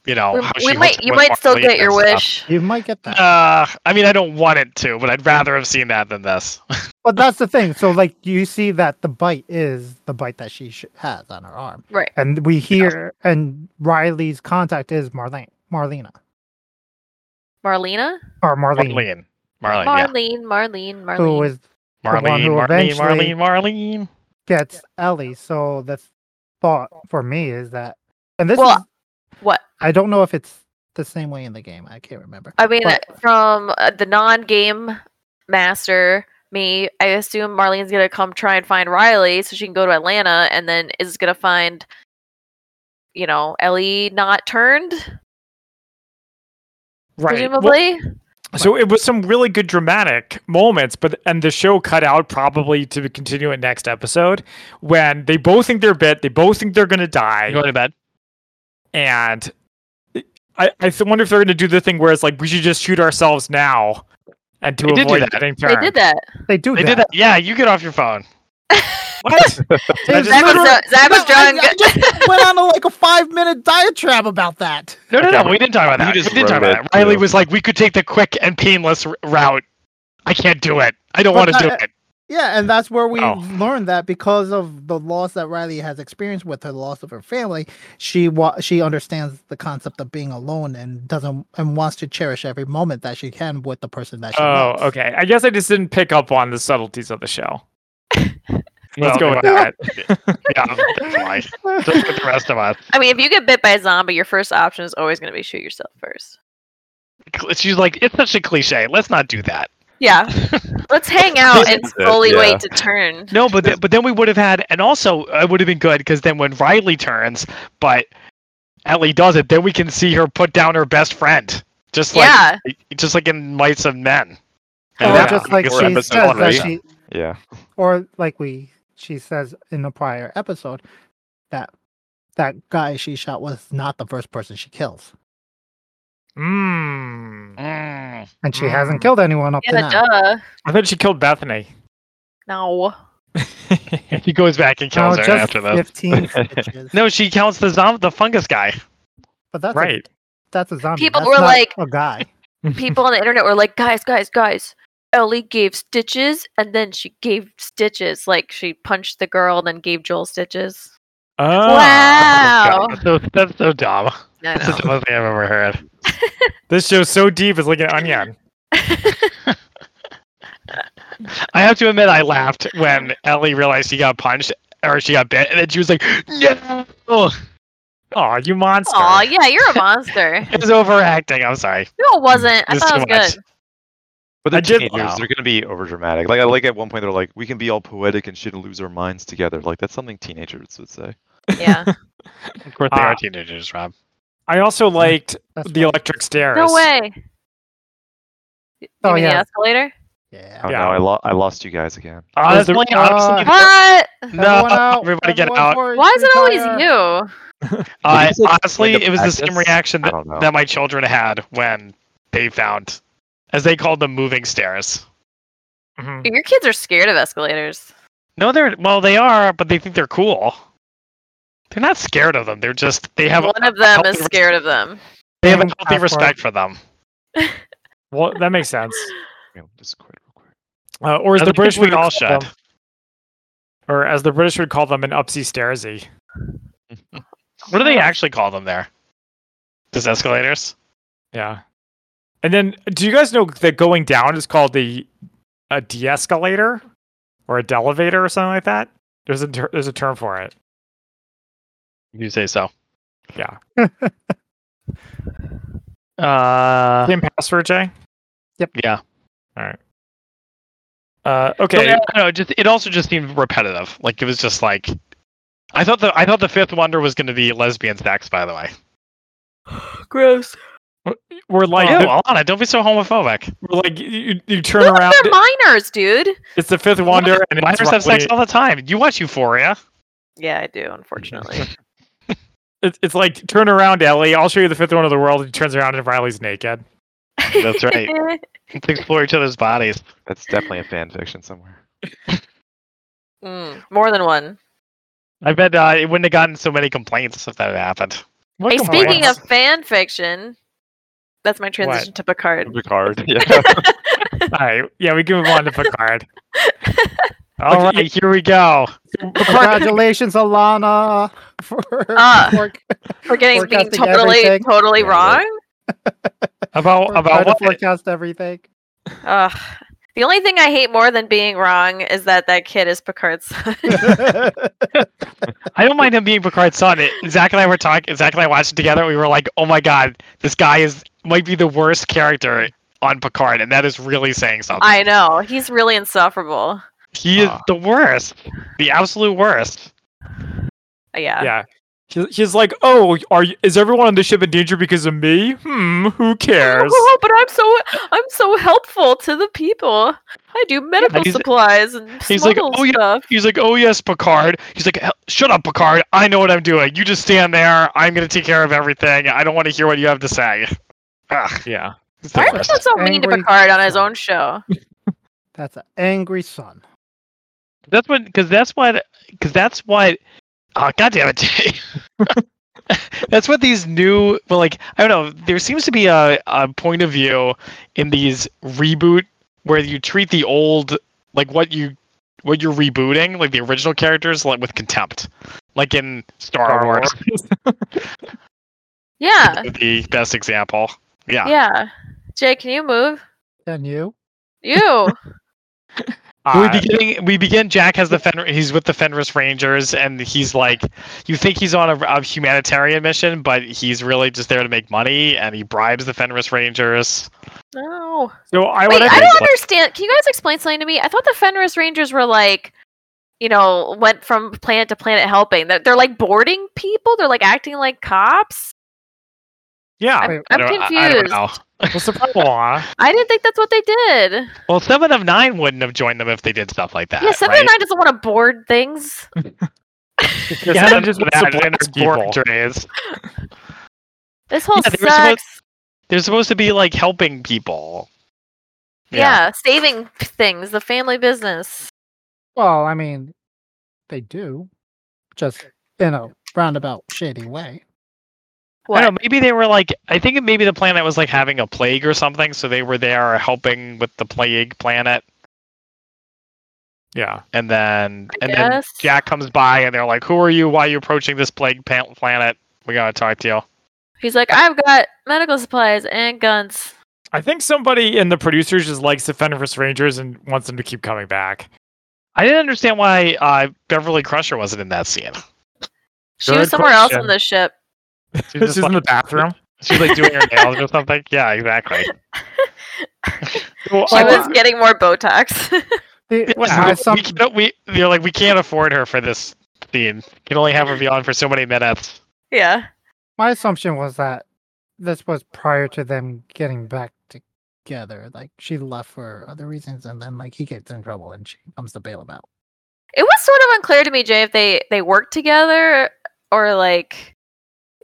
you know We, Oh, how we she might. hooked You with might still Marley get your and stuff. wish. You might get that. Uh, I mean, I don't want it to, but I'd rather have seen that than this. But that's the thing. So like you see that the bite is the bite that she sh- has on her arm. Right. And we hear and Riley's contact is Marlene, Marlena Marlena. or Marlene, Marlene, Marlene, Uh, yeah. Marlene. Marlene. Marlene. who is the one Marlene, who Marlene, eventually- Marlene, Marlene. gets Ellie. So the th- thought for me is that and this Well- is what? I don't know if it's the same way in the game. I can't remember. I mean, But- uh, from uh, the non-game master me, I assume Marlene's gonna come try and find Riley so she can go to Atlanta, and then is gonna find, you know, Ellie not turned Right. Well, presumably. So it was some really good dramatic moments, but and the show cut out probably to continue it next episode when they both think they're bit, they both think they're gonna I'm die, going to bed. and I I th- wonder if they're gonna do the thing where it's like we should just shoot ourselves now, and to They did do avoid that. getting they turned. did that. They do They that. did that. Yeah, you get off your phone. What? I just Zach was, literally- dr- Zach was No, I- drunk. I just went on a, like a five minute diatrib about that. No, no, Okay, no. but We didn't talk about that. you just we didn't talk wrote about it, that. Riley too. was like, we could take the quick and painless r- route. I can't do it. I don't But e want to do that- it. Yeah, and that's where we Oh. learned that because of the loss that Riley has experienced with her loss of her family, she wa- she understands the concept of being alone and doesn't and wants to cherish every moment that she can with the person that she loves. Oh, okay. I guess I just didn't pick up on the subtleties of the show. Let's Well, go with yeah. that. Yeah, um, that's why. Just with the rest of us. I mean, if you get bit by a zombie, your first option is always going to be shoot yourself first. She's like, it's such a cliche. Let's not do that. Yeah, let's hang out and That's it, slowly yeah. wait to turn. No, but th- but then we would have had, and also uh, it would have been good because then when Riley turns, but Ellie does it, then we can see her put down her best friend, just like yeah, just like in Mites of Men. Oh, Or Yeah. just like Or she episode says that three. she, Yeah. or like we she says in the prior episode that that guy she shot was not the first person she kills, Mmm. Mm. and she Mm. hasn't killed anyone up to Yeah, now. duh. I thought she killed Bethany. No. He goes back and No, kills her just after this. fifteen stitches. No, she counts the zombie, the fungus guy. but that's right. right. that's a zombie. People That's were not like- a guy. People on the internet were like, guys, guys, guys. Ellie gave stitches and then she gave stitches. Like she punched the girl and then gave Joel stitches. Oh. wow. That's so, that's so dumb. I That's the know. dumbest thing I've ever heard. This show's so deep, it's like an onion. I have to admit, I laughed when Ellie realized she got punched or she got bit, and then she was like, "No!" Aw, you monster. Aw, yeah, you're a monster. It was overacting. I'm sorry. No, it wasn't. I This thought it too much. was good. But they're I uh did- teenagers. Wow. They're gonna be overdramatic. Like I like at one point they're like, we can be all poetic and shit and lose our minds together. Like that's something teenagers would say. Yeah. Of course, they Ah. are teenagers, Rob. I also liked That's the why- electric stairs. No way. You Oh, mean the yeah. escalator? Oh Yeah. Yeah. no, I, lo- I lost you guys again. Was there- Honestly, honestly, What? no. everybody get out. Why is it always you? I, Is it like honestly, a it was the same practice? reaction I that, don't know. that my children had when they found, as they called them, moving stairs. Mhm. Your kids are scared of escalators. No, they're well, they are, but they think they're cool. They're not scared of them. They're just they have One of them is healthy res- scared of them. they have a Same healthy passport. respect for them. Well, that makes sense. Yeah, we'll just quit real quick. Uh, or as the I think British we would all call should. them, or as the British would call them, an upsy stairsy. What do they actually call them there? Just escalators? Yeah. And then, do you guys know that going down is called the a de-escalator or a delevator or something like that? There's a ter- there's a term for it. You say so. Yeah. Uh, Same password, Jay. yeah. Uh, No, okay. yeah, no, just it also just seemed repetitive. Like it was just like I thought the I thought the fifth wonder was going to be lesbian sex. By the way, Gross. We're like Ew, Alana, don't be so homophobic. we're like you, you- you turn Look, around. they're minors, dude. It's the fifth wonder, and it's Minors have sex roughly- all the time. You watch Euphoria. Yeah, I do, unfortunately. It's, it's like turn around, Ellie. I'll show you the fifth one of the world. He turns around and Riley's naked. That's right. Let's explore each other's bodies. That's definitely a fan fiction somewhere. Mm, more than one. I bet uh, it wouldn't have gotten so many complaints if that had happened. What Hey, complaints? speaking of fan fiction, that's my transition to Picard. Picard. Yeah. all right, yeah, we can move on to Picard. All right, here we go. Congratulations, Alana, for Ah. for- We're getting being Forecasting totally, everything. totally Yeah, right. wrong. for About trying about to what? forecast everything. Ugh. The only thing I hate more than being wrong is that that kid is Picard's son. I don't mind him being Picard's son. It, Zach and I were talking. Zach and I watched it together. and We were like, "Oh my god, this guy is might be the worst character on Picard," and that is really saying something. I know. He's really insufferable. He is Ah. the worst, the absolute worst. Uh, Yeah. yeah, He- he's like, oh, are you, is everyone on the ship in danger because of me? Hmm, who cares? Oh, but I'm so I'm so helpful to the people. I do medical he's- supplies and he's like, smuggle "Oh, yeah." stuff. He's like, "Oh yes, Picard." He's like, "Hell- "Shut up, Picard. I know what I'm doing. You just stand there. I'm gonna take care of everything. I don't want to hear what you have to say." Ugh, Yeah, he's the Why are worst. people so mean to Angry Picard on his son. own show? That's an angry son. That's what, because that's what, because that's what. Oh God damn it! Jay. that's what these new, well, like I don't know. There seems to be a, a point of view in these reboot where you treat the old, like what you, what you're rebooting, like the original characters, like with contempt, like in Star, Star Wars. Yeah. is The best example. Yeah. Yeah. Jay, can you move? And you? You. Uh, we beginning. We begin. Jack has the Fen- he's with the Fenris Rangers, and he's like, you think he's on a, a humanitarian mission, but he's really just there to make money, and he bribes the Fenris Rangers. No. so I Wait, would. I actually- don't understand. Can you guys explain something to me? I thought the Fenris Rangers were like, you know, went from planet to planet helping. They're, they're like boarding people. They're like acting like cops. yeah, I'm, I I'm don't- I- I don't confused. I, know. what's the problem? Alana? didn't think that's what they did. Well, Seven of Nine wouldn't have joined them if they did stuff like that. yeah, seven right? nine doesn't want to board things. Just, yeah, just that and supports it's boring people. trays. This whole Yeah, they were supposed- sucks. They're supposed to be like helping people. Yeah. saving things, the family business. Well, I mean, they do, just in a roundabout shady way. I don't What? know, maybe they were like I think maybe the planet was like having a plague or something, so they were there helping with the plague planet Yeah. and then I and then guess. Jack comes by and they're like, Who are you? Why are you approaching this plague pa- planet? We gotta talk to you. He's like, I've got medical supplies and guns. I think somebody in the producers just likes the Fenris Rangers and wants them to keep coming back. I didn't understand why uh, Beverly Crusher wasn't in that scene. She Good was somewhere else question. on the ship. She This was is just in like, the bathroom. she was like doing her nails or something. Yeah, exactly. Well, She I was thought- getting more Botox. They- Yeah, uh, we- some- we can't, we, you're like, we can't afford her for this scene. Can only have her be on for so many minutes. yeah. my assumption was that this was prior to them getting back together. Like she left for other reasons, and then like he gets in trouble, and she comes to bail him out. It was sort of unclear to me, Jay, if they, they worked together or like,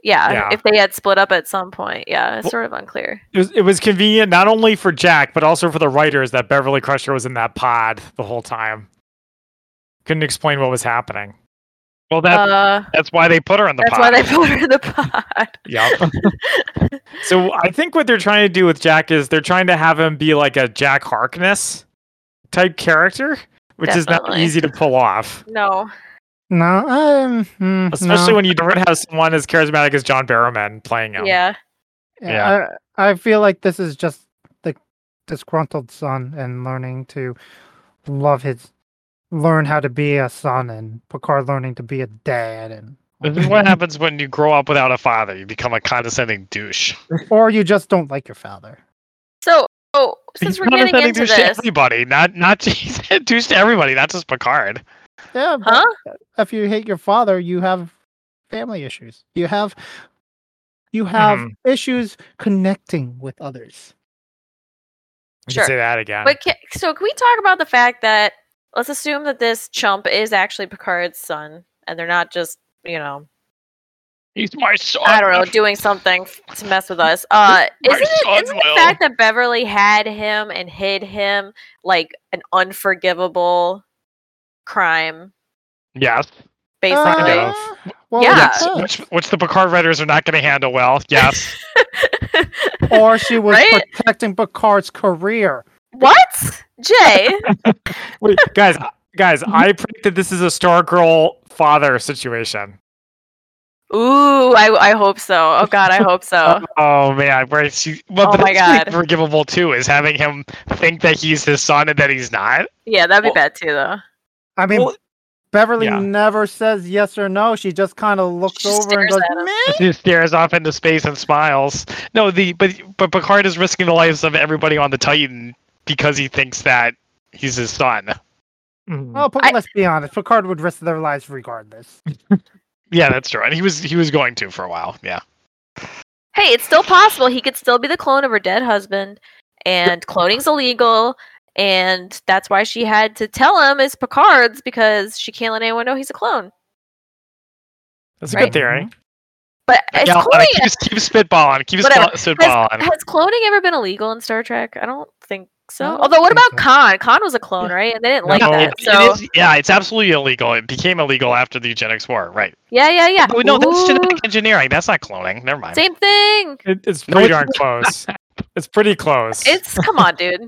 yeah, Yeah. if they had split up at some point. Yeah, it's Well- sort of unclear. It was, it was convenient not only for Jack, but also for the writers that Beverly Crusher was in that pod the whole time. Couldn't explain what was happening. Well, that, uh, that's why they put her in the that's pot. why they put her in the pod. Yep. so I think what they're trying to do with Jack is they're trying to have him be like a Jack Harkness type character, which is not Definitely. easy to pull off. No. No, um, hmm, Especially no. when you don't have someone as charismatic as John Barrowman playing him. Yeah. Yeah, I, I feel like this is just the disgruntled son and learning to love his, learn how to be a son, and Picard learning to be a dad, and This is what happens when you grow up without a father. You become a condescending douche. or you just don't like your father. So, oh, since we're getting condescending into douche to this, everybody, not not he's a douche to everybody, not just Picard. Yeah, but huh? if you hate your father, you have family issues. You have you have Mhm. issues connecting with others. You Sure. can say that again. But can, so, can we talk about the fact that let's assume that this chump is actually Picard's son, and they're not just you know He's my son. I don't know doing something f- to mess with us. Uh, My isn't it, son isn't the will. fact that Beverly had him and hid him like an unforgivable crime, Yes. basically? of. Uh, well, Yeah. Yes. yeah. Which, which the Picard writers are not going to handle well. Yes. Or she was Right? protecting Picard's career. what, Jay? Wait, guys, guys, I predicted this is a Stargirl father situation. Ooh, I, I hope so. Oh God, I hope so. Oh man, where she? Well, Oh but my that's God. pretty forgivable too is having him think that he's his son and that he's not. Yeah, that'd be Well- bad too, though. I mean, Well, Beverly yeah. never says yes or no. She just kind of looks She just over and stares goes, at him. "Meh." He stares off into space and smiles. No, the but but Picard is risking the lives of everybody on the Titan because he thinks that he's his son. Mhm. Mm-hmm. Well, Pic- I- let's be honest. Picard would risk their lives regardless. Yeah, that's true. And he was he was going to for a while. Yeah. Hey, it's still possible. He could still be the clone of her dead husband, and cloning's illegal, and that's why she had to tell him it's Picard's because she can't let anyone know he's a clone. That's a Right. Mhm. good theory. But is yeah, cloning, keep, keep spitballing. Keep Whatever. spit- spitballing. has cloning ever been illegal in Star Trek? I don't think so. I don't Although, what think about so. Khan? Khan was a clone, right? And they didn't like No, that. it- So, it is, yeah, it's absolutely illegal. It became illegal after the eugenics war, right? yeah, yeah, yeah. Oh, no, that's Ooh, genetic engineering. That's not cloning. Never mind. same thing. It, it's No, pretty it's darn close. It's pretty close. It's come on, dude.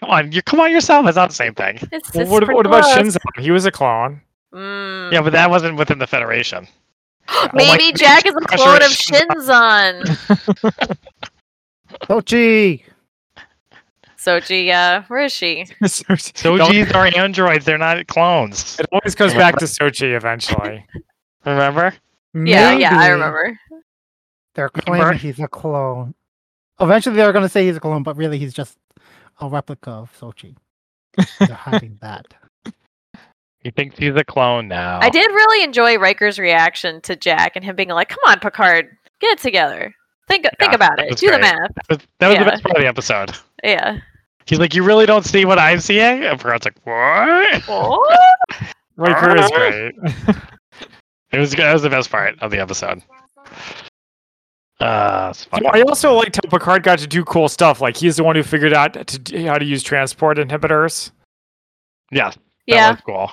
Come on, you come on yourself. It's not the same thing. It's, Well, it's what, pretty what about close. Shinzo? He was a clone. Mm. Yeah, but that wasn't within the Federation. Oh my Maybe goodness, Jack is a Crusher clone of is Shinzon. Sochi! Sochi, yeah, where is she? so Soji's are androids. They're not clones. It always comes back to Sochi eventually. Remember? Yeah, yeah, I Maybe remember. Oh. They're Remember? claiming he's a clone. Eventually, they're going to say he's a clone, but really, he's just a replica of Sochi. They're hiding that. He thinks he's a clone now. I did really enjoy Riker's reaction to Jack and him being like, "Come on, Picard, get it together. Think think Yeah, about that it. was Do the great. math." But that was Yeah. the best part of the episode. Yeah. He's like, "You really don't see what I'm seeing." And Picard's like, "What?" Oh, Riker is great. It was that was the best part of the episode. Uh, it's So fucking- I also liked how Picard got to do cool stuff. Like he's the one who figured out to, d- how to use transport inhibitors. yeah, that Yeah. was cool.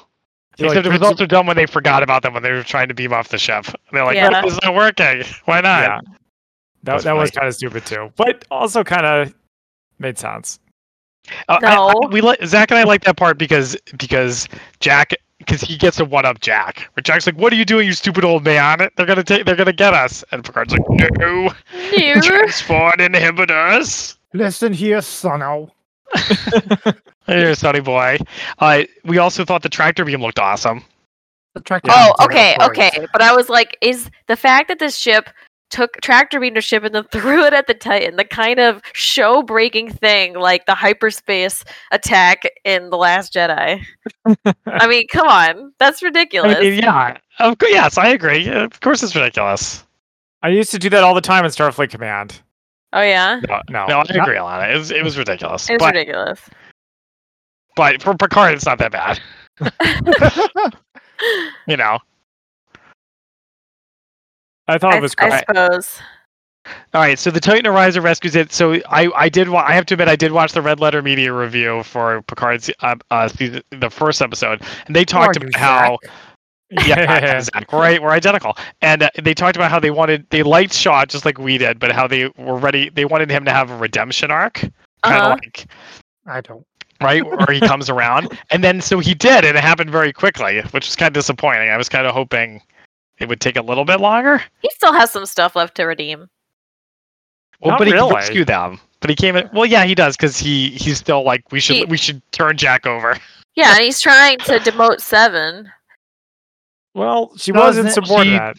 He, like, Except it was puts also dumb when they forgot about them when they were trying to beam off the ship. They're like, Yeah. "This is not working. Why not?" Yeah. That, That's that was funny. kind of stupid too, but also kind of made sense. Uh, I- I- No. we li- Zach and I like that part because because Jack because he gets to one up Jack. Where Jack's like, "What are you doing, you stupid old man? They're gonna take, they're gonna get us." And Picard's like, "No, No. transport inhibitors." Listen here, Sono. Here, Sonny boy. Uh, we also thought the tractor beam looked awesome. The tractor Oh, beam's okay, like a okay. But I was like, is the fact that this ship took tractor beam to ship and then threw it at the Titan the kind of show breaking thing like the hyperspace attack in The Last Jedi? I mean, come on. That's I ridiculous. mean, yeah, of course, Oh, yes, I agree. Yeah, Of course, it's ridiculous. I used to do that all the time in Starfleet Command. oh, yeah? No, No, no, I not- agree on it. It was, it was ridiculous, It's but ridiculous. but for Picard, it's not that bad. You know. I thought I, it was s- I great. suppose. All right, so the Titan Ariser rescues it. So I, I did wa- I have to admit I did watch the Red Letter Media review for Picard's uh, uh season, the first episode, and they talked Are you about how yeah, Zach, right, we're identical, and uh, they talked about how they wanted they liked Shaw just like we did, but how they were ready they wanted him to have a redemption arc, kind of Uh-huh. like I don't. right where he comes around, and then so he did, and it happened very quickly, which was kind of disappointing. I was kind of hoping it would take a little bit longer. He still has some stuff left to redeem. Well, Not but he really. can rescue them. But he came in. Well, yeah, he does because he he's still like we should He- we should turn Jack over. Yeah, and he's trying to demote Seven. well, she Doesn't was she- insubordinate.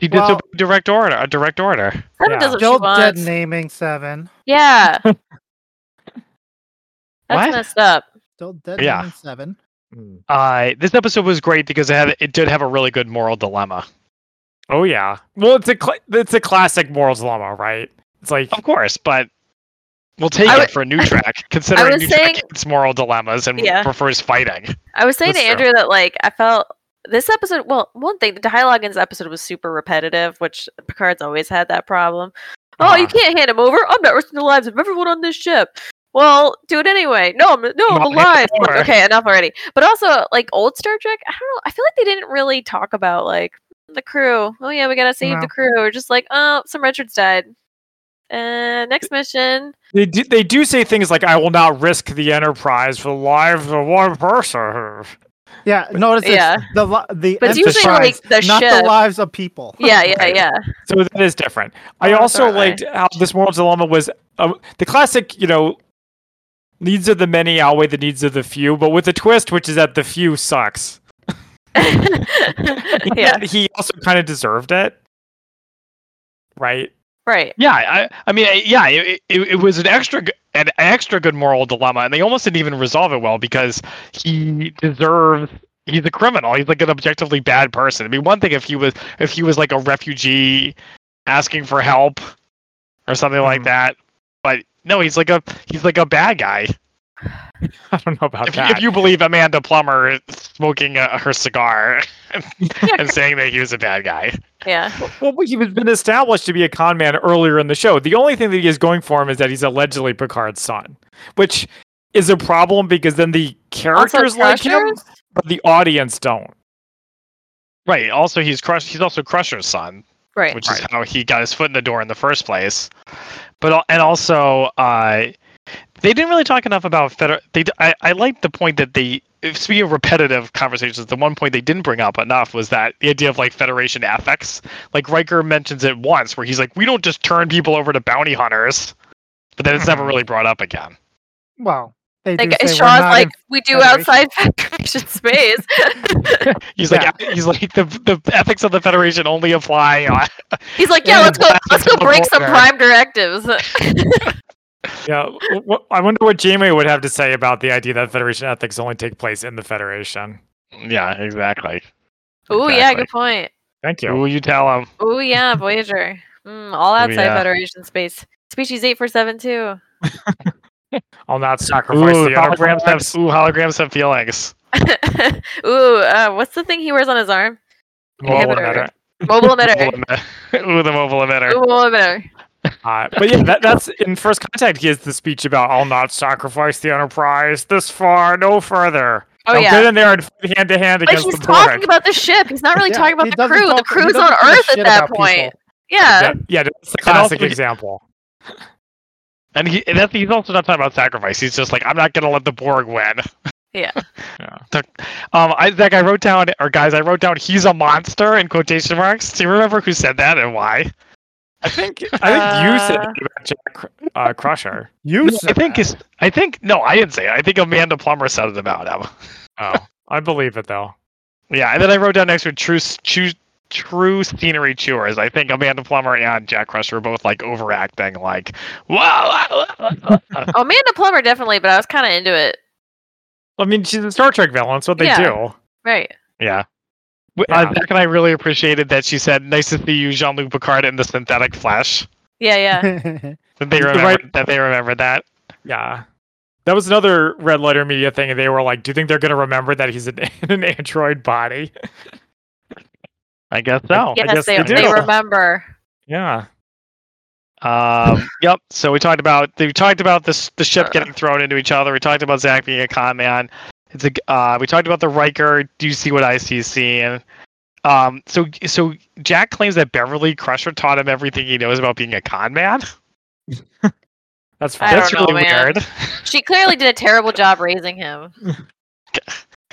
He did Well- direct order. A direct order. Seven Yeah. does what she Still dead wants. naming seven. Yeah. That's What? messed up. Still dead Yeah. naming seven. Mm. Uh, this episode was great because it had it did have a really good moral dilemma. Oh yeah. Well, it's a cl- it's a classic moral dilemma, right? It's like Of course, but we'll take I it would- for New Track, considering was New saying- Track hates moral dilemmas and Yeah. prefers fighting. I was saying That's to true. Andrew that like I felt this episode. Well, one thing the dialogue in this episode was super repetitive, which Picard's always had that problem. Oh, you Uh-huh. can't hand him over. I'm not risking the lives of everyone on this ship. Well, do it anyway. No, I'm, no, I'm Not hand him alive. I'm like, over. okay, enough already. But also, like old Star Trek, I don't know. I feel like they didn't really talk about like the crew. Oh yeah, we gotta save No. the crew. Or just like, oh, some Richards died. Uh, next mission. they do, they do say things like, "I will not risk the Enterprise for the lives of one person." Yeah, notice it's Yeah. the li- the But it's usually, enterprise, like, the not ship. the lives of people. Yeah, yeah, Right. yeah. So that is different. I Oh, also sorry. liked how this moral dilemma was uh, the classic, you know, needs of the many outweigh the needs of the few, but with a twist, which is that the few sucks. And yeah. yet He also kind of deserved it. Right? Right. Yeah, I, I mean, I- yeah, it, it, it was an extra, g- an extra good moral dilemma, and they almost didn't even resolve it well because he deserves. He's a criminal. He's like an objectively bad person. I mean, one thing if he was, if he was like a refugee asking for help or something like Mhm. that, but no, he's like a, he's like a bad guy. I don't know about If you, that. if you believe Amanda Plummer smoking uh her cigar Yeah. and saying that he was a bad guy, Yeah. well, he has been established to be a con man earlier in the show. The only thing that he is going for him is that he's allegedly Picard's son, which is a problem because then the Also characters like him, Crushers? but the audience don't. right? Also, he's crush. He's also Crusher's son. Right. which is how he got his foot in the door in the first place. But al- and also, uh, they didn't really talk enough about federal. They d- I, I liked the point that they if speaking of repetitive conversations, the one point they didn't bring up enough was that the idea of like Federation ethics. Like Riker mentions it once, where he's like, "We don't just turn people over to bounty hunters," but then it's never Mm-hmm. Mhm. really brought up again. Well, they do Like say we're Shaw's not like in- we do Federation." outside Federation space. He's Yeah. like, he's like the the ethics of the Federation only apply. On, He's like, yeah, Yeah, let's go, that's let's go the break some border. prime directives. Yeah, w- w- I wonder what Janeway would have to say about the idea that Federation ethics only take place in the Federation. yeah, exactly. Oh yeah, Exactly. good point. Thank you. Who you tell him? Oh yeah, Voyager. Mm, all outside yeah. Federation space. Species eight four seven two. I'll not Ooh, sacrifice the holograms have Enterprise. ooh, holograms have feelings. Ooh, uh, what's the thing he wears on his arm? Mobile Inhibitor. emitter. Mobile emitter. Mobile emitter. Ooh, the mobile emitter. Mobile emitter. Uh, but yeah, that, that's in first contact. He has the speech about "I'll not sacrifice the enterprise this far, no further." Oh Now yeah. get in there and fight hand to hand Like against he's the Borg. talking about the ship. He's not really Yeah, talking about he the doesn't crew. the talk- he crew's doesn't on give a Earth at shit that about point. people. Yeah. yeah, yeah, that's a And also classic he- example. And he, and that's, he's also not talking about sacrifice. He's just like, I'm not gonna let the Borg win. Yeah. Yeah. Um, I, Zach, I wrote down, or guys, I wrote down, he's a monster in quotation marks. Do you remember who said that and why? I think I think you said Uh, it about Jack Cr- uh, Crusher. You No, I think it's, I think no, I didn't say it. I think Amanda Plummer said it about him. Oh, I believe it though. Yeah, and then I wrote down next to it, true, s- true, true scenery chewers. I think Amanda Plummer and Jack Crusher were both like overacting, like wow. Oh, Amanda Plummer definitely, but I was kind of into it. I mean, she's a Star Trek villain. That's what they Yeah. do. Right. yeah. W- Yeah. Uh, Zach and I really appreciated that she said, "Nice to see you, Jean-Luc Picard, in the synthetic flesh." Yeah, yeah. That they You're remember right. that they remember that. Yeah. That was another red letter media thing, and they were like, "Do you think they're gonna remember that he's an, in an android body?" I guess so. I yes, guess they, they do. they remember. Yeah. Um, yep. So we talked about we talked about this the ship Uh. getting thrown into each other. We talked about Zach being a con man. It's a g- uh, we talked about the Riker. Do you see what I see? Seeing. Um. So so Jack claims that Beverly Crusher taught him everything he knows about being a con man. That's I fine. don't That's know, really man. weird. She clearly did a terrible job raising him.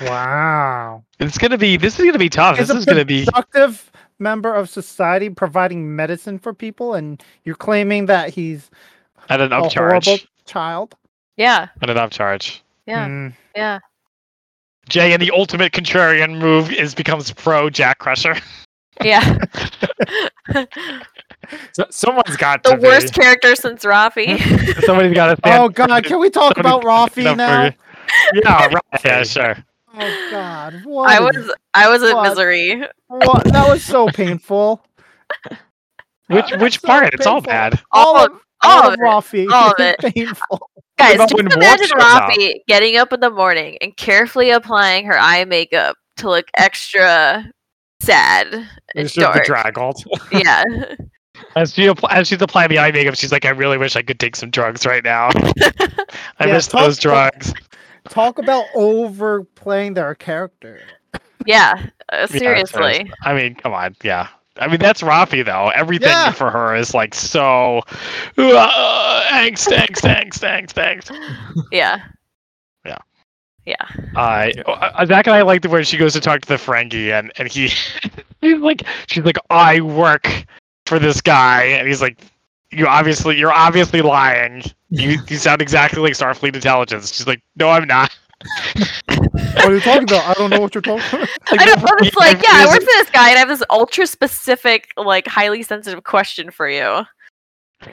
wow. It's gonna be. This is gonna be tough. He's Oh, This is a gonna be. productive member of society providing medicine for people, and you're claiming that he's at an a horrible upcharge. child. Yeah. At an upcharge. Yeah. Mm. Yeah. Jay and the ultimate contrarian move is becomes pro Jack Crusher. Yeah. So, someone's got the to worst Be. character since Rafi. Somebody's got to. Oh God! Can we talk about Rafi Enough now? for- Yeah, right. Yeah, sure. Oh God! What? I is- was I was in What? misery. what- That was so painful. Which That's which so part? It's all painful. bad. All All of all, of it. Rafi. All of it. Painful. Guys, about just when Worf imagine shows up? Rafi getting up in the morning and carefully applying her eye makeup to look extra sad and It's just the dark. draggled. yeah. Uh, As she appl- as she's applying the eye makeup, she's like, I really wish I could take some drugs right now. I Yeah, miss talk- those drugs. Talk about overplaying their character. Yeah. Uh, Yeah, seriously. seriously. I mean, come on, yeah. I mean, that's Rafi though. Everything Yeah. for her is like so uh, angst, angst, angst, angst, angst. yeah. Uh, uh, Zach and I like the way she goes to talk to the Ferengi, and and he, he's like, she's like, I work for this guy, and he's like, you obviously, you're obviously lying. You you sound exactly like Starfleet intelligence. She's like, no, I'm not. What are you talking about? I don't know what you're talking about. I don't know. It's like, yeah, I he's- work for this guy and I have this ultra specific, like, highly sensitive question for you.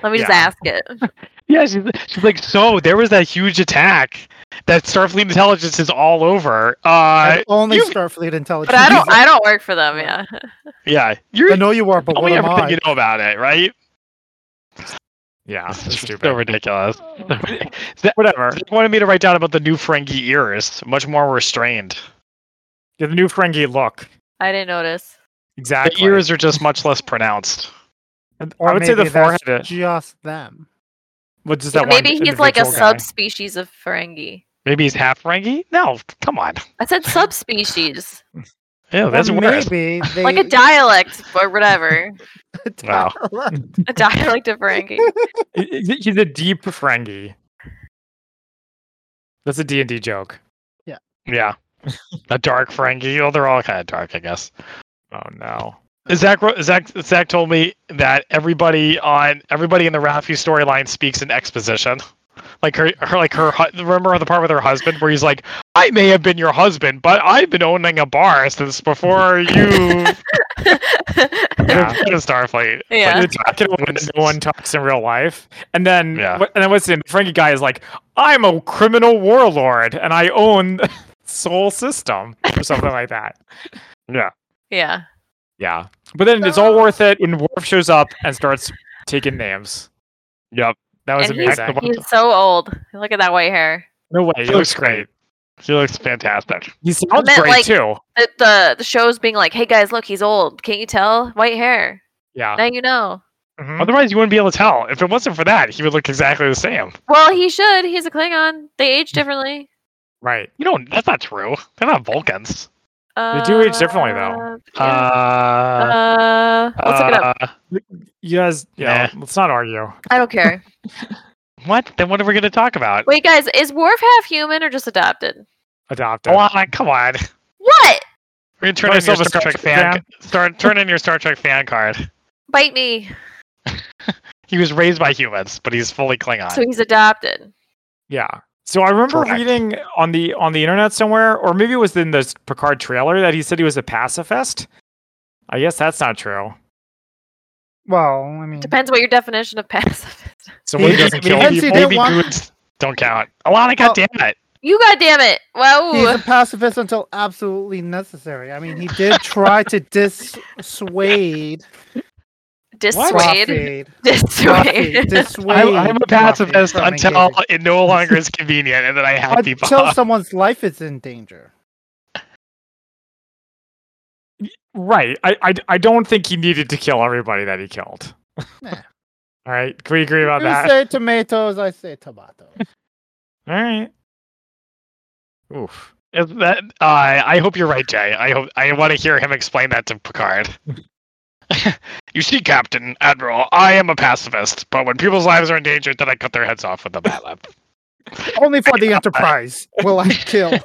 Let me just Yeah. ask it. Yeah, she's, she's like, so there was that huge attack that Starfleet intelligence is all over. Uh, I'm only you- Starfleet intelligence. But I don't. I don't work for them. Yeah. yeah, I you're know you are, but tell what me am everything I? you know about it, right? Yeah, it's It's just Ah, stupid. so ridiculous. Zach Whatever. wanted me to write down about the new Ferengi ears, much more restrained. Yeah, the new Ferengi look. I didn't notice. Exactly. The ears are just much less pronounced. I would say the maybe that's forehead. is- Just them. Well, just Yeah, that one maybe he's like a individual guy. subspecies of Ferengi. Maybe he's half Ferengi? No, come on. I said subspecies, Ew, Or that's worse. maybe they like a dialect or whatever, Wow. a dialect of Ferengi. He- he- He's a deep Ferengi. That's a D and D joke. Yeah. A dark Ferengi. Oh, they're all kind of dark, I guess. Oh no. Zach, wrote- Zach, Zach told me that everybody on everybody in the Rafi storyline speaks in exposition. Like her, her, like her. hu- Remember the part with her husband where he's like, "I may have been your husband, but I've been owning a bar since before you Yeah. Go to Starfleght. Yeah. You're talking when no one talks in real life, and then Yeah. what- and then what's in the Ferengi guy is like, I'm a criminal warlord and I own Soul System or something like that. Yeah. yeah. Yeah, but then it's all worth it when Worf shows up and starts taking names. Yep. That was And he's- amazing. He's so old. Look at that white hair. No way, he looks looks great. She looks fantastic. He sounds meant, great like- too. The, the the show's being like, hey guys, look, he's old. Can't you tell? White hair. Yeah. Now you know. Mhm. Otherwise, you wouldn't be able to tell. If it wasn't for that, he would look exactly the same. Well, he should. He's a Klingon. They age differently. Right. You don't. That's not true. They're not Vulcans. Uh, do age differently, though. yeah. Uh, Uh, let's look it up. uh, You guys, yeah. Let's not argue. I don't care. What? Then what are we going to talk about? Wait, guys, is Worf half human or just adopted? Adopted. Come on, come on. What? We're going to turn Buy in your yourself a Star Star Trek Trek fan. Start, turn in your Star Trek fan card. Bite me. He was raised by humans, but he's fully Klingon. So he's adopted. Yeah. So I remember Correct. reading on the on the internet somewhere, or maybe it was in the Picard trailer that he said he was a pacifist. I guess that's not true. Well, I Mm. mean, Depends what your definition of pacifist. Someone He- who doesn't he- kill he- people. he- Baby didn't want- Goods don't count. Alana, God damn it. You goddamn it! he's Wow. a pacifist until absolutely necessary. I mean, he did try to dissuade, Dissuade. Swafade, Swafade, Dissuade. dissuade. I'm, I'm a Swafade pacifist from until engaging. it no longer is convenient and then I have people. until someone's life is in danger. Right. I, I I don't think he needed to kill everybody that he killed. Nah. All right. Can we agree about you that? say tomatoes, I say tomatoes. All right. Oof. Is that, uh, I hope you're right, Jay. I hope I want to hear him explain that to Picard. you see, Captain Admiral, I am a pacifist, but when people's lives are in danger, then I cut their heads off with a bat lap. Only for the Enterprise will I kill.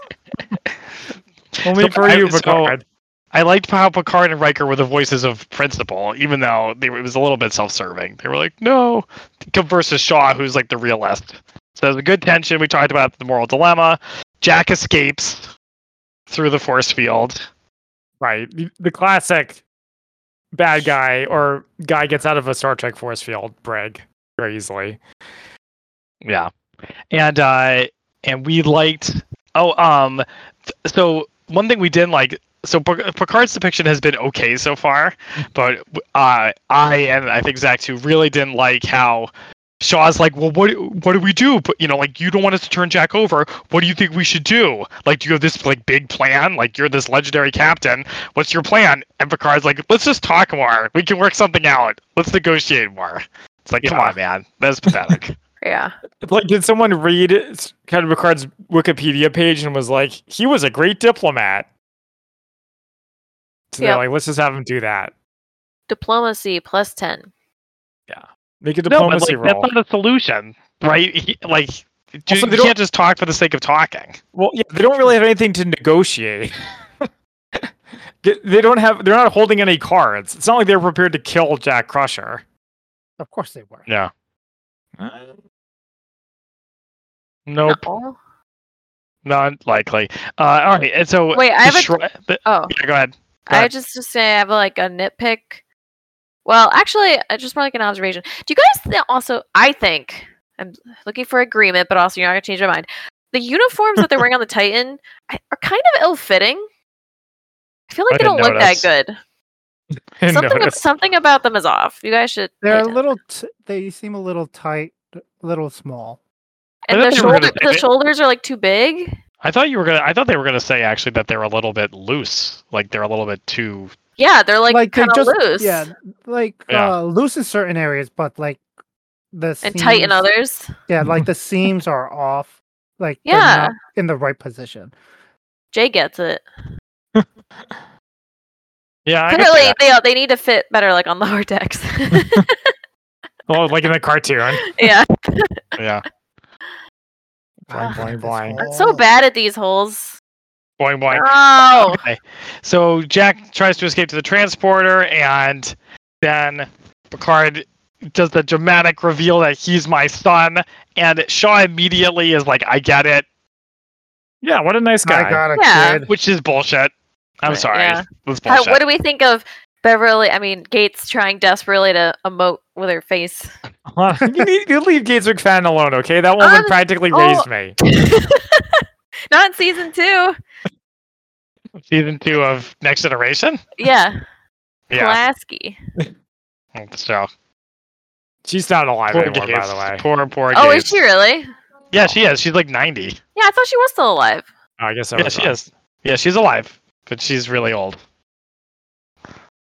Only So for I- you, so- Picard. I liked how Picard and Riker were the voices of principle, even though they, were- it was a little bit self-serving. They were like, "No," versus Shaw, who's like the realist. So there's a good tension. We talked about the moral dilemma. Jack escapes through the force field. Right. The, the classic bad guy or guy gets out of a Star Trek force field brag very easily. Yeah, and uh, and we liked. Oh, um, th- so one thing we didn't like. So Pic- Picard's depiction has been okay so far, but uh, I and I think Zach too really didn't like how Shaw's like, well, what what do we do? But you know, like you don't want us to turn Jack over. What do you think we should do? Like, do you have this like big plan? Like you're this legendary captain. What's your plan? And Picard's like, let's just talk more. We can work something out. Let's negotiate more. It's like, come Yeah. on, man, that's pathetic. Yeah. Like, did someone read S- Captain Picard's Wikipedia page and was like, he was a great diplomat? So Yep. they're like, let's just have him do that. Diplomacy plus ten. Make a No, but diplomacy like, roll. that's not a solution, right? He- like, you, Also, they you don't- can't just talk for the sake of talking. Well, yeah, they don't really have anything to negotiate. They- they don't have. They're not holding any cards. It's not like they're prepared to kill Jack Crusher. Of course they were. Yeah. Nope, No. not likely. Uh, all right, and so Wait, I the have a. Shri- the- Oh, yeah, go ahead. Go I ahead. just to say I have like a nitpick. Well, actually, I just more like an observation. Do you guys th- also? I think I'm looking for agreement, but also you're not gonna change my mind. The uniforms that they're wearing on the Titan I- are kind of ill-fitting. I feel like I they don't didn't look notice. that good. And Something, notice- something about them is off. You guys should. pay They're a attention. little. T- they seem a little tight, a little small. and I the thought they were gonna shoulder, say the it. shoulders are like too big. I thought you were gonna. I thought they were gonna say actually that they're a little bit loose, like they're a little bit too. Yeah, they're like, they kind of loose Yeah, like Yeah. Uh, loose in certain areas, but like the and tight in seams- others. Yeah, like the seams are off. Like they're Yeah. not in the right position. Jay gets it. Yeah, I can see Clearly, that. they they need to fit better, like on lower decks. well, Oh, like in the cartoon. yeah, Yeah, Bling, bling, bling. This whole- I'm so bad at these holes. boing boing. Oh, Okay. So Jack tries to escape to the transporter, and then Picard does the dramatic reveal that he's my son, and Shaw immediately is like, "I get it," Yeah, what a nice guy. I got a Yeah. kid. which is bullshit. I'm Right, sorry, yeah. that's How- bullshit. what do we think of Beverly? I mean, Gates trying desperately to emote with her face. you need you leave Gates McFadden alone, okay? That woman Um, practically oh. raised me. Not in season two. Season two of Next Generation. Yeah, Yeah, Pulaski. so She's not alive poor anymore, by Gates. the way. poor, poor Oh, is Gates. she really? Yeah, she is. She's like 90. Yeah, I thought she was still alive. Oh, I guess I yeah, was she wrong. is. Yeah, she's alive, but she's really old.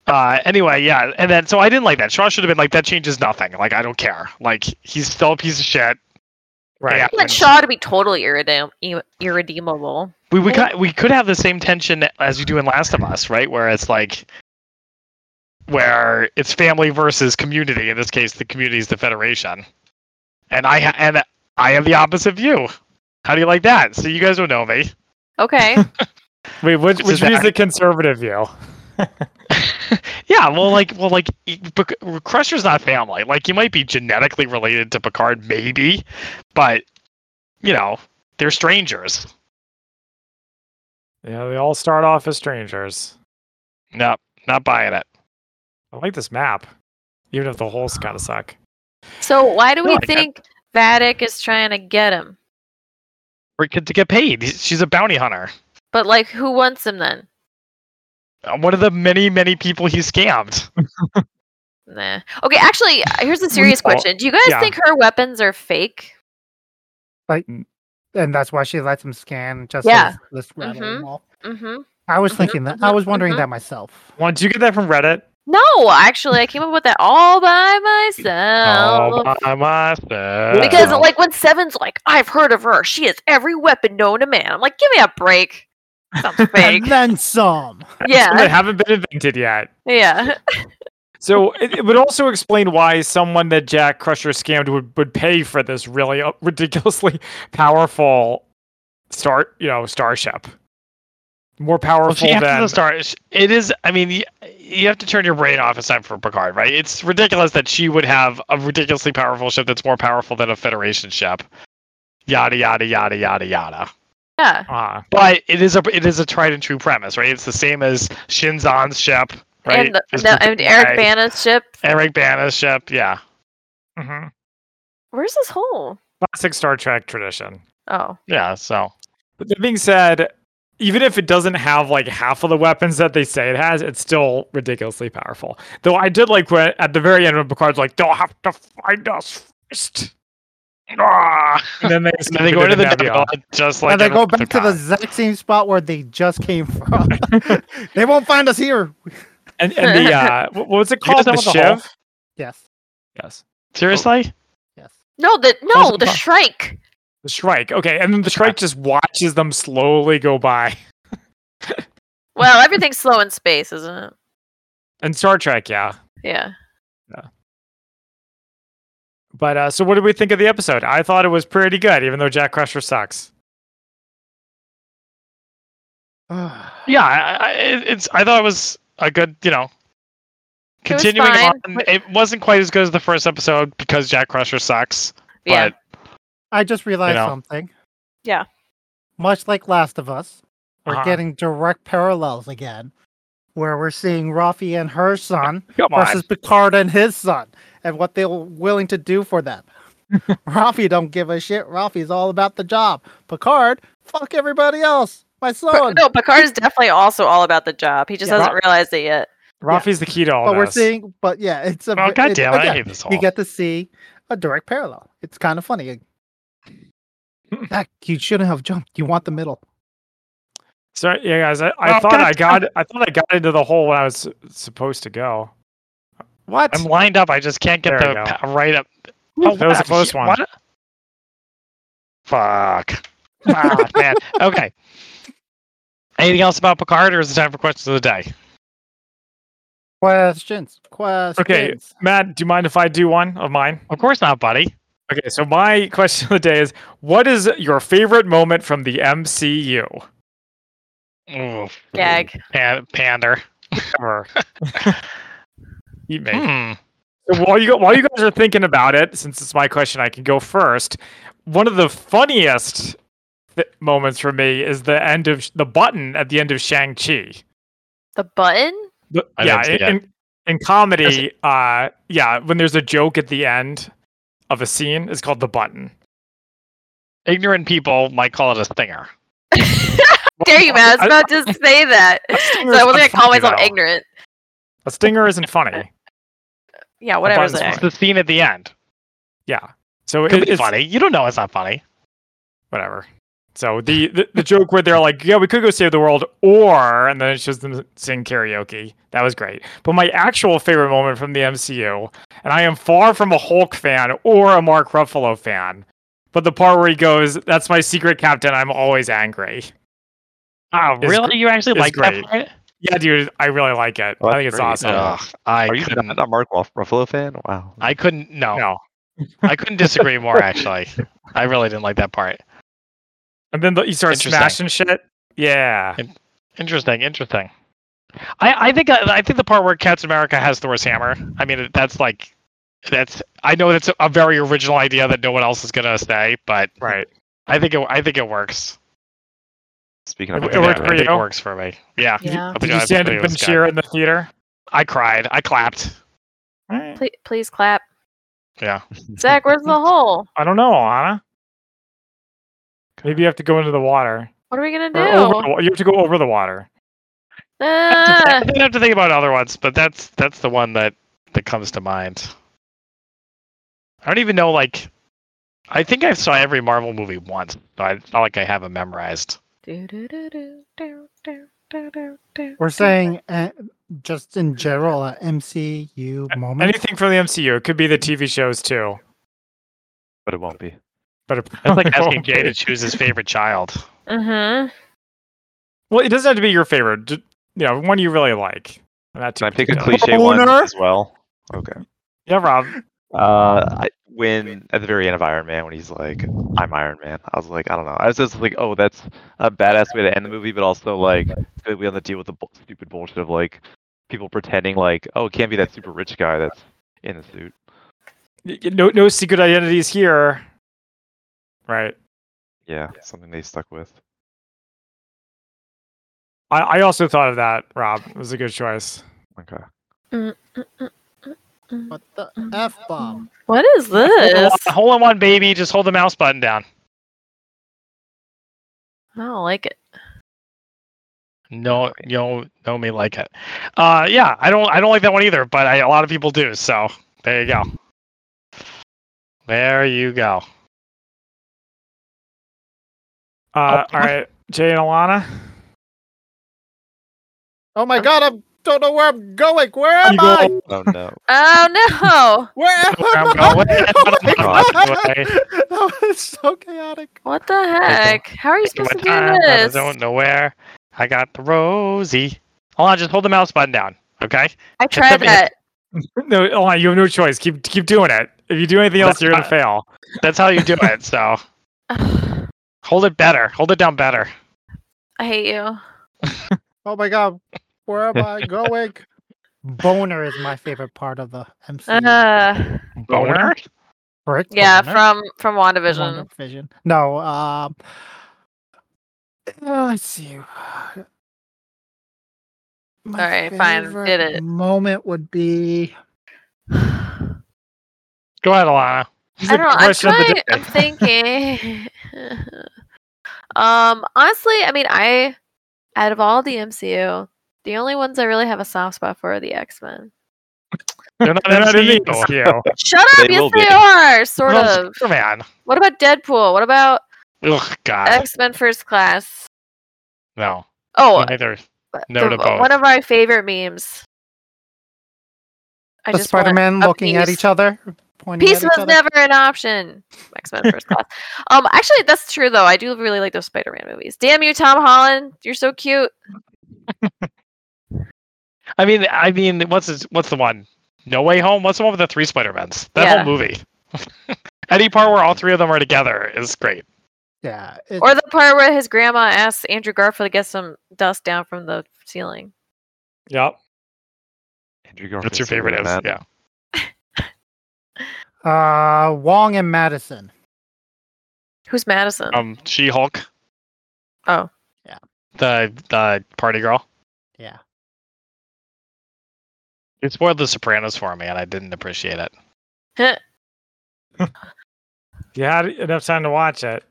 Uh, anyway, yeah, and then so I didn't like that. Shaw should have been like, that changes nothing. Like, I don't care. Like, he's still a piece of shit. Right. Yeah. I want Shaw to be totally irredeem- ir- irredeemable. We we could, we could have the same tension as you do in Last of Us, right? Where it's like, where it's family versus community. In this case, the community is the Federation, and I ha- and I have the opposite view. How do you like that? So you guys don't know me. Okay. Wait, which, This which is the is the act- conservative view? Yeah, well, like, well, like, e- Pic- Crusher's not family. Like, you might be genetically related to Picard, maybe, but you know, they're strangers. Yeah, they all start off as strangers. No, not buying it. I like this map, even if the holes kind of suck. so why do we No, I get- think Vatic is trying to get him? For to get paid, He's- she's a bounty hunter. But like, who wants him then? Uh, One of the many, many people he scammed. Nah. Okay, actually, uh, here's a serious No. question. Do you guys Yeah. think her weapons are fake? Mm. and that's why she lets him scan just Yeah. so let's rattle Mhm. him off. Mm-hmm. I was Mhm, thinking that. I mhm, was wondering mhm. that myself. Well, did you get that from Reddit? No, actually, I came up with that all by Oh, um, myself. All by myself. because like when Seven's like, I've heard of her. She has every weapon known to man. I'm like, give me a break. Sounds fake. And then some. They yeah, haven't been invented yet. yeah. So it, it would also explain why someone that Jack Crusher scammed would, would pay for this really uh, ridiculously powerful star, you know, starship. More Well, powerful she has than to start. sh- It is. I mean, you, you have to turn your brain off. It's time for Picard, right? It's ridiculous that she would have a ridiculously powerful ship that's more powerful than a Federation ship. Yada yada yada yada yada. Yeah. Ah, But it is a it is a tried and true premise, right? It's the same as Shinzon's ship, right? And, the, It's no, the- and Eric right. Bana's ship. Eric Bana's ship, yeah. Mm-hmm. mhm. Where's this hole? classic Star Trek tradition. Oh. Yeah, so But that being said, even if it doesn't have like half of the weapons that they say it has, it's still ridiculously powerful. Though I did like when at the very end when Picard's like, "They'll have to find us first. ah, and then they, and then they go into the Nebula. nebula, just like and they in go back to the Otacon. exact same spot where they just came from. they won't find us here. and, and the uh, what was it You guys called? The know what the hole- Shiv. Yes. Yes. Seriously? Yes. No, the How's no, it the po- shrike. The Shrike. Okay, and then the Shrike just watches them slowly go by. Well, everything's slow in space, isn't it? And Star Trek, yeah. Yeah. But uh, so, what did we think of the episode? I thought it was pretty good, even though Jack Crusher sucks. Yeah, I, I, it- it's. I thought it was a good, you know. It was Continuing fine, on, but- it wasn't quite as good as the first episode because Jack Crusher sucks. Yeah. But I just realized know. something. Yeah. Much like Last of Us, we're Uh-huh. getting direct parallels again, where we're seeing Rafi and her son Come on. versus Picard and his son, and what they're willing to do for them. Rafi don't give a shit. Rafi's all about the job. Picard, fuck everybody else. My Pa- son. no, Picard is definitely also all about the job. He just Yeah. hasn't realized it yet. Rafi's the key to all but we're this. seeing, but yeah, it's a. oh ve- god it's- damn it, I again, hate this whole. you get to see a direct parallel. It's kind of funny. Heck, you shouldn't have jumped. You want the middle. So yeah, guys, I, I Oh, thought I got goddamn. I thought I got into the hole when I was s- supposed to go. What? I'm lined up. I just can't get There we the go. pa- right up. that was wow, the close shit, one. what? Fuck. Ah, man. Okay. Anything else about Picard, or is it time for questions of the day? Questions. Questions. Matt, do you mind if I do one of mine? Of course not, buddy. Okay, so my question of the day is: What is your favorite moment from the MCU? Ooh, Gag. pan- pander. Ever? Eat me. Hmm. So while you go, while you guys are thinking about it, since it's my question, I can go first. One of the funniest th- moments for me is the end of the button at the end of Shang Chi. The button? The- I yeah, didn't see in, that. in, in comedy, uh, yeah, when there's a joke at the end of a scene, it's called the button. Ignorant people might call it a stinger. Dare you, Matt? I was I- about to say that. so stinger's I wasn't gonna not call funny, myself though. ignorant. A stinger isn't funny. Yeah, whatever. button's Zach. It's the scene at the end. Yeah, so Could it, be it's funny. You don't know it's not funny. whatever. So the, the the joke where they're like, "Yeah, we could go save the world," or and then it shows them sing karaoke. That was great. But my actual favorite moment from the MCU, and I am far from a Hulk fan or a Mark Ruffalo fan, but the part where he goes, "That's my secret, Captain. I'm always angry." Oh, It's really? You actually it's like great. that part? Yeah, dude, I really like it. Oh, I that's think it's great. awesome. Ugh, I Are you couldn't. not a Mark Ruff- Ruffalo fan? Wow. I couldn't. No, No. I couldn't disagree more. Actually, I really didn't like that part. And then the, he starts Interesting. smashing shit. Yeah. Interesting. Interesting. I, I think uh, I, I think the part where Captain America has Thor's hammer. I mean, that's like, that's. I know that's a very original idea that no one else is gonna say, but Right. I think it. I think it works. Speaking of, It Captain worked I for America, think you? It works for me. Yeah. Yeah. I Did think you I- I stand think up it was and good. cheer in the theater? I cried. I clapped. Eh, Please, please clap. Yeah. Zach, where's the hole? I don't know, Anna. Maybe you have to go into the water. What are we gonna do? Or over the, wa- you have to go over the water. I Ah, didn't have to think about other ones, but that's that's the one that that comes to mind. I don't even know. Like, I think I saw every Marvel movie once. So I it's not like I have it memorized. do, do, do, do, do, do, do, do, do, We're do. saying uh, just in general, uh, MCU moment. Anything from the MCU. It could be the TV shows too. but it won't be. But it That's probably like asking won't Jay be. to choose his favorite child. Mhm. Well, it doesn't have to be your favorite. Just, you know, one you really like. Not too Can I pick a particular. cliche one Boner? as well? Okay. Yeah, Rob. Uh, I, when at the very end of Iron Man, when he's like, "I'm Iron Man," I was like, I don't know. I was just like, "Oh, that's a badass way to end the movie," but also like, we have to deal with the bu- stupid bullshit of like people pretending like, "Oh, it can't be that super rich guy that's in the suit." Y- y- No, no secret identities here. Right. Yeah, something they stuck with. I, I also thought of that, Rob. It was a good choice. Okay. What the f Mm-hmm. bomb? What is Hole this? in- Hole in one, baby. Just hold the mouse button down. I don't like it. No, no, no, me like it. Uh, yeah, I don't, I don't like that one either. But I, a lot of people do. So there you go. There you go. Uh, Oh, all right, Jay and Alana. Oh my god! I don't know where I'm going. Where am You go- I? Oh no. Oh Where am where I'm I? going. Oh my God. God. That was so chaotic. no! What the heck? How are you Taking supposed to my time, do I this? don't know where. I got the rosy. Hold on, just hold the mouse button down. Okay. I tried over here. that. No, Alana, you have no choice. Keep keep doing it. If you do anything else, you're gonna fail. That's how you do it. So I hold it better. Hold it down better. hate you. Oh my god! Where am I going? Boner is my favorite part of the MCU. Uh, Boner? Frick yeah, boner. from from WandaVision. Vision. Vision. No. Um. uh, let's see. My Alright, fine, did favorite it. Moment would be Go ahead, Alana. This is I a don't know. I'm question of the trying. day. I'm thinking. um, honestly, I mean, I out of all the MCU, the only ones I really have a soft spot for are the X Men. They're not They're not in the in MCU. Shut up! They yes, will they be. are sort of. Man. What about Deadpool? What about Ugh, God. X Men First Class? no. Oh, Neither. but no the- uh, to both. one of my favorite memes. I the just want Spider-Man a looking at piece. each other, pointing Peace at each was other. never an option. X Men First Class. Um, actually, that's true though. I do really like those Spider-Man movies. Damn you, Tom Holland! You're so cute. I mean, I mean, what's his, what's the one? No Way Home. What's the one with the three Spider Mans? That Yeah. whole movie. Any part where all three of them are together is great. yeah. It, Or the part where his grandma asks Andrew Garfield to get some dust down from the ceiling. Yep. Andrew Garfield's That's your better favorite. than Is, that. yeah. uh, Wong and Madison. Who's Madison? Um, She Hulk. Oh. Yeah. The the party girl. Yeah. You spoiled The Sopranos for me, and I didn't appreciate it. You had enough time to watch it.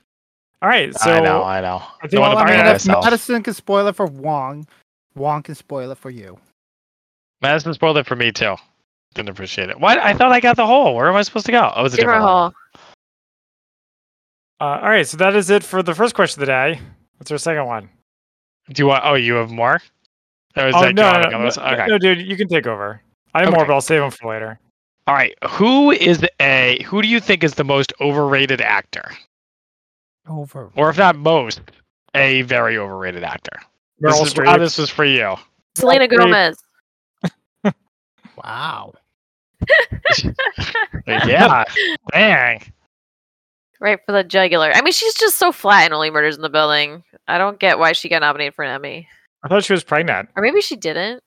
All right. So I know, I I know. I think don't want Well, to I burn mean, if myself. Madison can spoil it for Wong, Wong can spoil it for you. Madison spoiled it for me too. Didn't appreciate it. What? I thought I got the hole. Where am I supposed to go? Oh, it was a Different different hole. hole. Uh, all right, so that is it for the first question of the day. What's our second one? Do you want? Oh, you have more? Or is oh that no, John no, on no, this? okay. no, dude, you can take over. I have more, Okay. but I'll save them for later. All right. Who is the a? Who do you think is the most overrated actor, Over. or if not most, a very overrated actor? This Meryl is, Rob, Streep. this is for you. Selena Great. Gomez. Wow. yeah. Dang. Right for the jugular. I mean, she's just so flat in Only Murders in the Building. I don't get why she got nominated for an Emmy. I thought she was pregnant. Or maybe she didn't.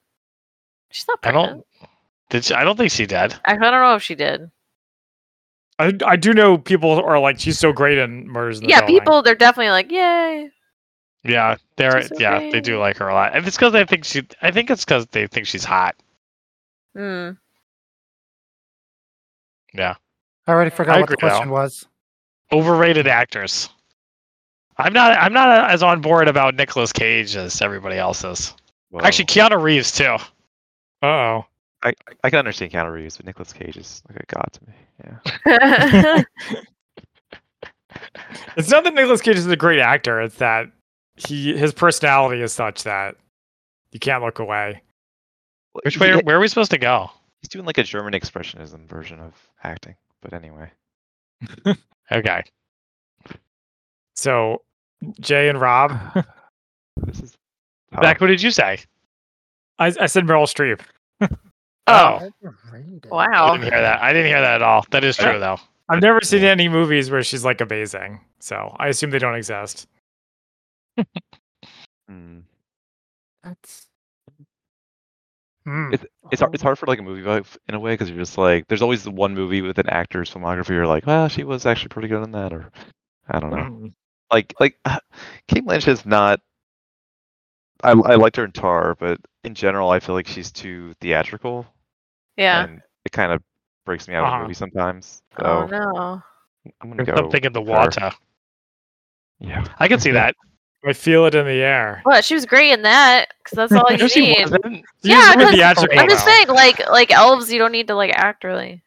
She's not I pregnant. don't. Did she, I don't think she did. I don't, I don't know if she did. I, I do know people are like she's so great in Murders in the Yeah, Building. people, they're definitely like, yay. Yeah, they're She's yeah, they do okay. like her a lot. And it's because they think she. I think it's because they think she's hot. Hmm. I already forgot I what the agree, Al. question was. Overrated actors. I'm not. I'm not as on board about Nicolas Cage as everybody else is. Well, Actually, Keanu Reeves too. Oh, I, I can understand Keanu Reeves, but Nicolas Cage is like a god to me. Yeah. it's not that Nicolas Cage is a great actor. It's that he his personality is such that you can't look away. Well, Which he- way? Where are we supposed to go? He's doing like a German expressionism version of acting. But anyway, Okay. So Jay and Rob, this is Oh. Zach, what did you say? I, I said Meryl Streep. Oh. Overrated. I wow. didn't hear that. I didn't hear that at all. That is true though. I've never seen any movies where she's like amazing, so I assume they don't exist. Mm. That's. Hmm. It's hard, it's hard for like a movie buff in a way because you're just like there's always the one movie with an actor's filmography you're like well she was actually pretty good in that or I don't know Mm. Mm-hmm. like like uh, Kate Lynch is not. I I liked her in Tar, but in general I feel like she's too theatrical Yeah. and it kind of breaks me out of Uh-huh. the movie sometimes. So Oh, no. I'm gonna There's go. something in the her. water. Yeah. I can see that. I feel it in the air. Well, she was great in that because that's all you No, she need. wasn't. She's Yeah, really 'cause- theatrical I'm just though. saying, like, like elves, you don't need to like act really.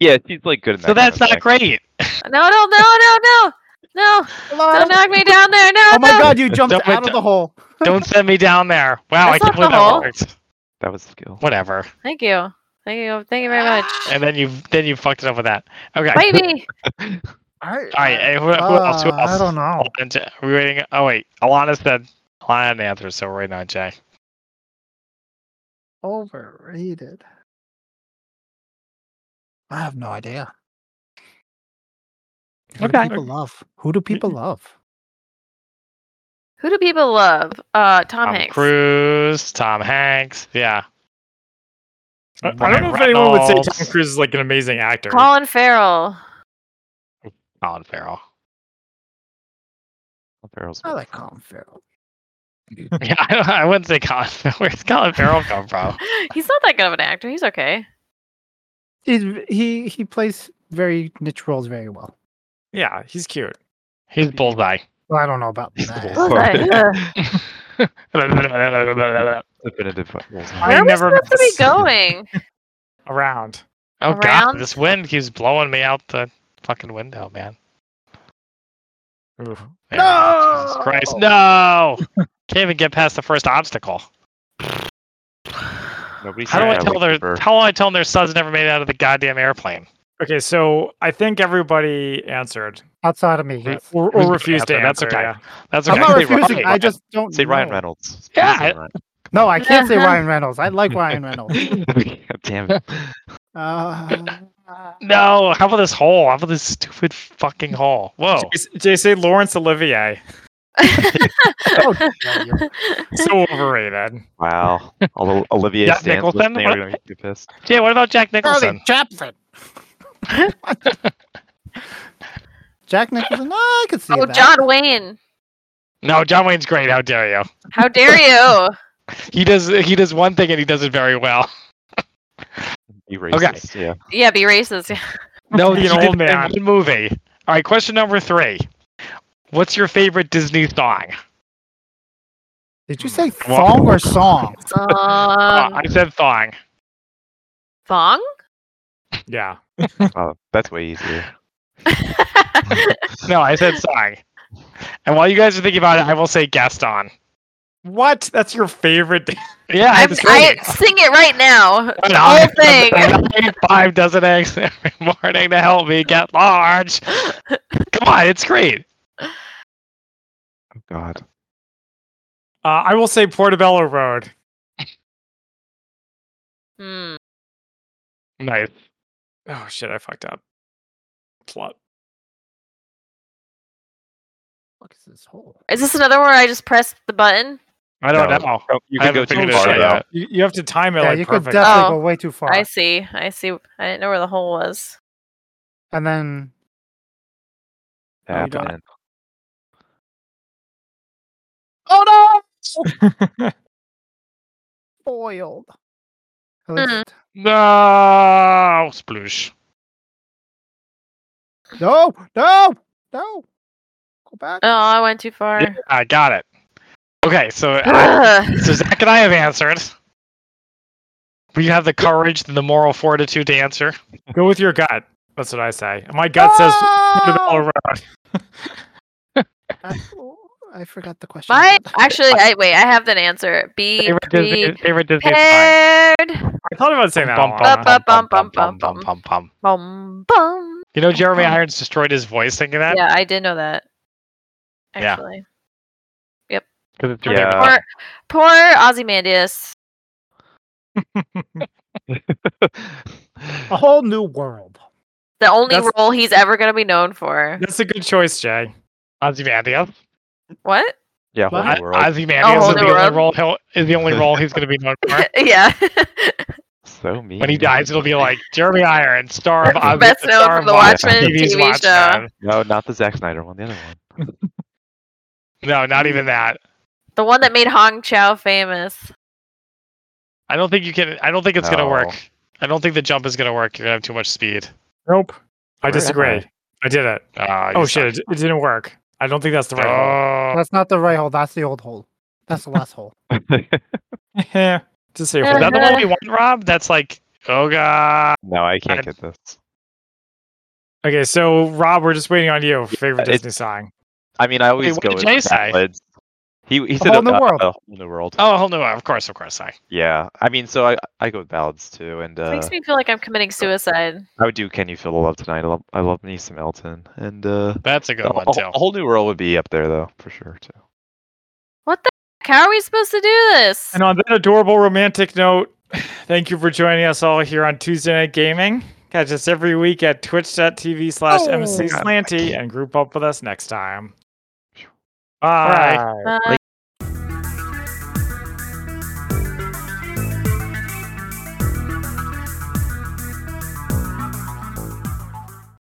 Yeah, she's like good in that. So that's kind not of great. No, no, no, no, no, no! Don't knock me down there! No, Oh my no. god, you jumped Don't- out of the hole. Don't send me down there. Wow, I That's can't not believe the that whole. worked. That was skill. Whatever. Thank you, thank you, thank you very much. And then you then you fucked it up with that. Okay. Bite me. I, All right. eh, Who, who else? Who uh, else? I don't know. And Jay- Are we waiting? Oh wait, Alana said Alana answered, so we're waiting on Jay. Overrated. I have no idea. Who do Okay. people love? Who do people love? Who do people love? Uh, Tom, Hanks. Cruise, Tom Hanks. Yeah. I, I don't know if anyone would say Reynolds. Tom Cruise is like an amazing actor. Colin Farrell. Colin Farrell. Farrell's I good. like Colin Farrell. Yeah, I, don't- I wouldn't say Colin. Where's Colin Farrell come from? He's not that good of an actor. He's okay. He, he he plays very niche roles very well. Yeah, he's cute. He's bullseye. Well, I don't know about He's the that. bullseye. Where oh Definitive bullseye. I are we never supposed to be miss. going? Around. god, Around? this wind keeps blowing me out the fucking window, man. Ooh. Yeah, Jesus Christ, no! Can't even get past the first obstacle. How Nobody do said I that tell their? Weaver. How do I tell them their son's never made it out of the goddamn airplane? Okay, so I think everybody answered Outside of me, yes. or, Who's or gonna refused to answer? That's answer. okay. yeah. That's I'm okay. not Say Ryan. refusing. I just don't Say Ryan know. Reynolds. Please Yeah, say I- Ryan. No, I can't say Uh-huh. Ryan Reynolds. I like Ryan Reynolds. Damn it. Uh, No, how about this hole? How about this stupid fucking hole? Whoa. Jay- Jay, say Lawrence Olivier. oh, yeah, you're- So overrated. Wow. Although Olivia Jack Stan's Nicholson? listening, What- we're gonna get you pissed. Jay, what about Jack Charlie Nicholson? Chaplin. Jack Nicholson. No, I could see oh, that. John Wayne. No, John Wayne's great. How dare you? How dare you? He does he does one thing and he does it very well. Okay. Be racist. Yeah. Yeah, be racist. Yeah. No, Be an he did old it in man. one movie. All right, question number three. What's your favorite Disney song? Did you say Come on. song or song? Uh, Um, I said thong. thong? Yeah. Oh, that's way easier. No, I said Sang. And while you guys are thinking about it, I will say Gaston. What? That's your favorite. Yeah, I'm, it's I sing it right now. an The whole thing. I eat five dozen eggs every morning to help me get large. Come on, it's great. Oh God. Uh, I will say Portobello Road. Hmm. Nice. Oh shit! I fucked up. Plot. What is this hole? Is this another one where I just press the button? I don't No. know. Oh, you I can go haven't too figured it far out though. yet. You, you have to time it Yeah, like you could perfect. Oh. definitely go way too far. I see. I see. I didn't know where the hole was. And then Oh, you Tap don't- in. Oh no! Spoiled. At least- Mhm. No, sploosh. No, no, no. Go back. Oh, I went too far. Yeah, I got it. Okay, so I, Ugh. so Zach and I have answered. We have the courage and the moral fortitude to answer. Go with your gut. That's what I say. My gut says Oh, Portobello Road. I, oh, I forgot the question. My actually, I, wait. I have an answer. Be Favorite Disney, prepared. favorite Disney time. I thought about saying that. Bum, out loud. bum, Ba, ba, bum, bum, bum, bum, bum, bum. bum, Bum bum. bum. You know, Jeremy Irons destroyed his voice thinking that Yeah, I did know that. Yeah. Actually, because it's your Yeah. favorite. poor, poor Ozymandias. a whole new world. The only That's- role he's ever going to be known for. That's a good choice, Jay. Ozymandias. what? yeah, whole What? new world. Ozymandias Oh, is, the the only world. role he'll, is the only role he's going to be known for. yeah. so mean. When he dies, it'll be like Jeremy Irons, star of Oz- Best known star from the of Oz- Watchmen TV's TV show. Watchmen. No, not the Zack Snyder one. The other one. No, not even that. the one that made Hong Chow famous. I don't think you can. I don't think it's gonna No. work. I don't think the jump is gonna work. You're gonna have too much speed. Nope. I Where am disagree. I? I? did it. Ah, you Oh suck. shit! It, it didn't work. I don't think that's the right Oh, That's not the right hole. That's the old hole. That's the last hole. one. Just say is hold that on. the one we want, Rob? That's like, oh god. no, I I- can't get this. Okay, so Rob, we're just waiting on you. Favorite Yeah, it's- Disney song. I mean, I always what go did with Jay say? ballads. He he said whole new uh, world. A whole new world. Oh, hell no! Of course, of course. I. Yeah, I mean, so I I go with ballads too, and It uh, makes me feel like I'm committing suicide. I would do "Can You Feel the Love Tonight." I love I love me some Elton, and uh, That's a good a, one a- too. a whole new world would be up there though for sure too. What the heck? How are we supposed to do this? And on that adorable romantic note, thank you for joining us all here on Tuesday Night Gaming. Catch us every week at twitch.tv slash Oh. mcslanty and group up with us next time. Bye. Bye.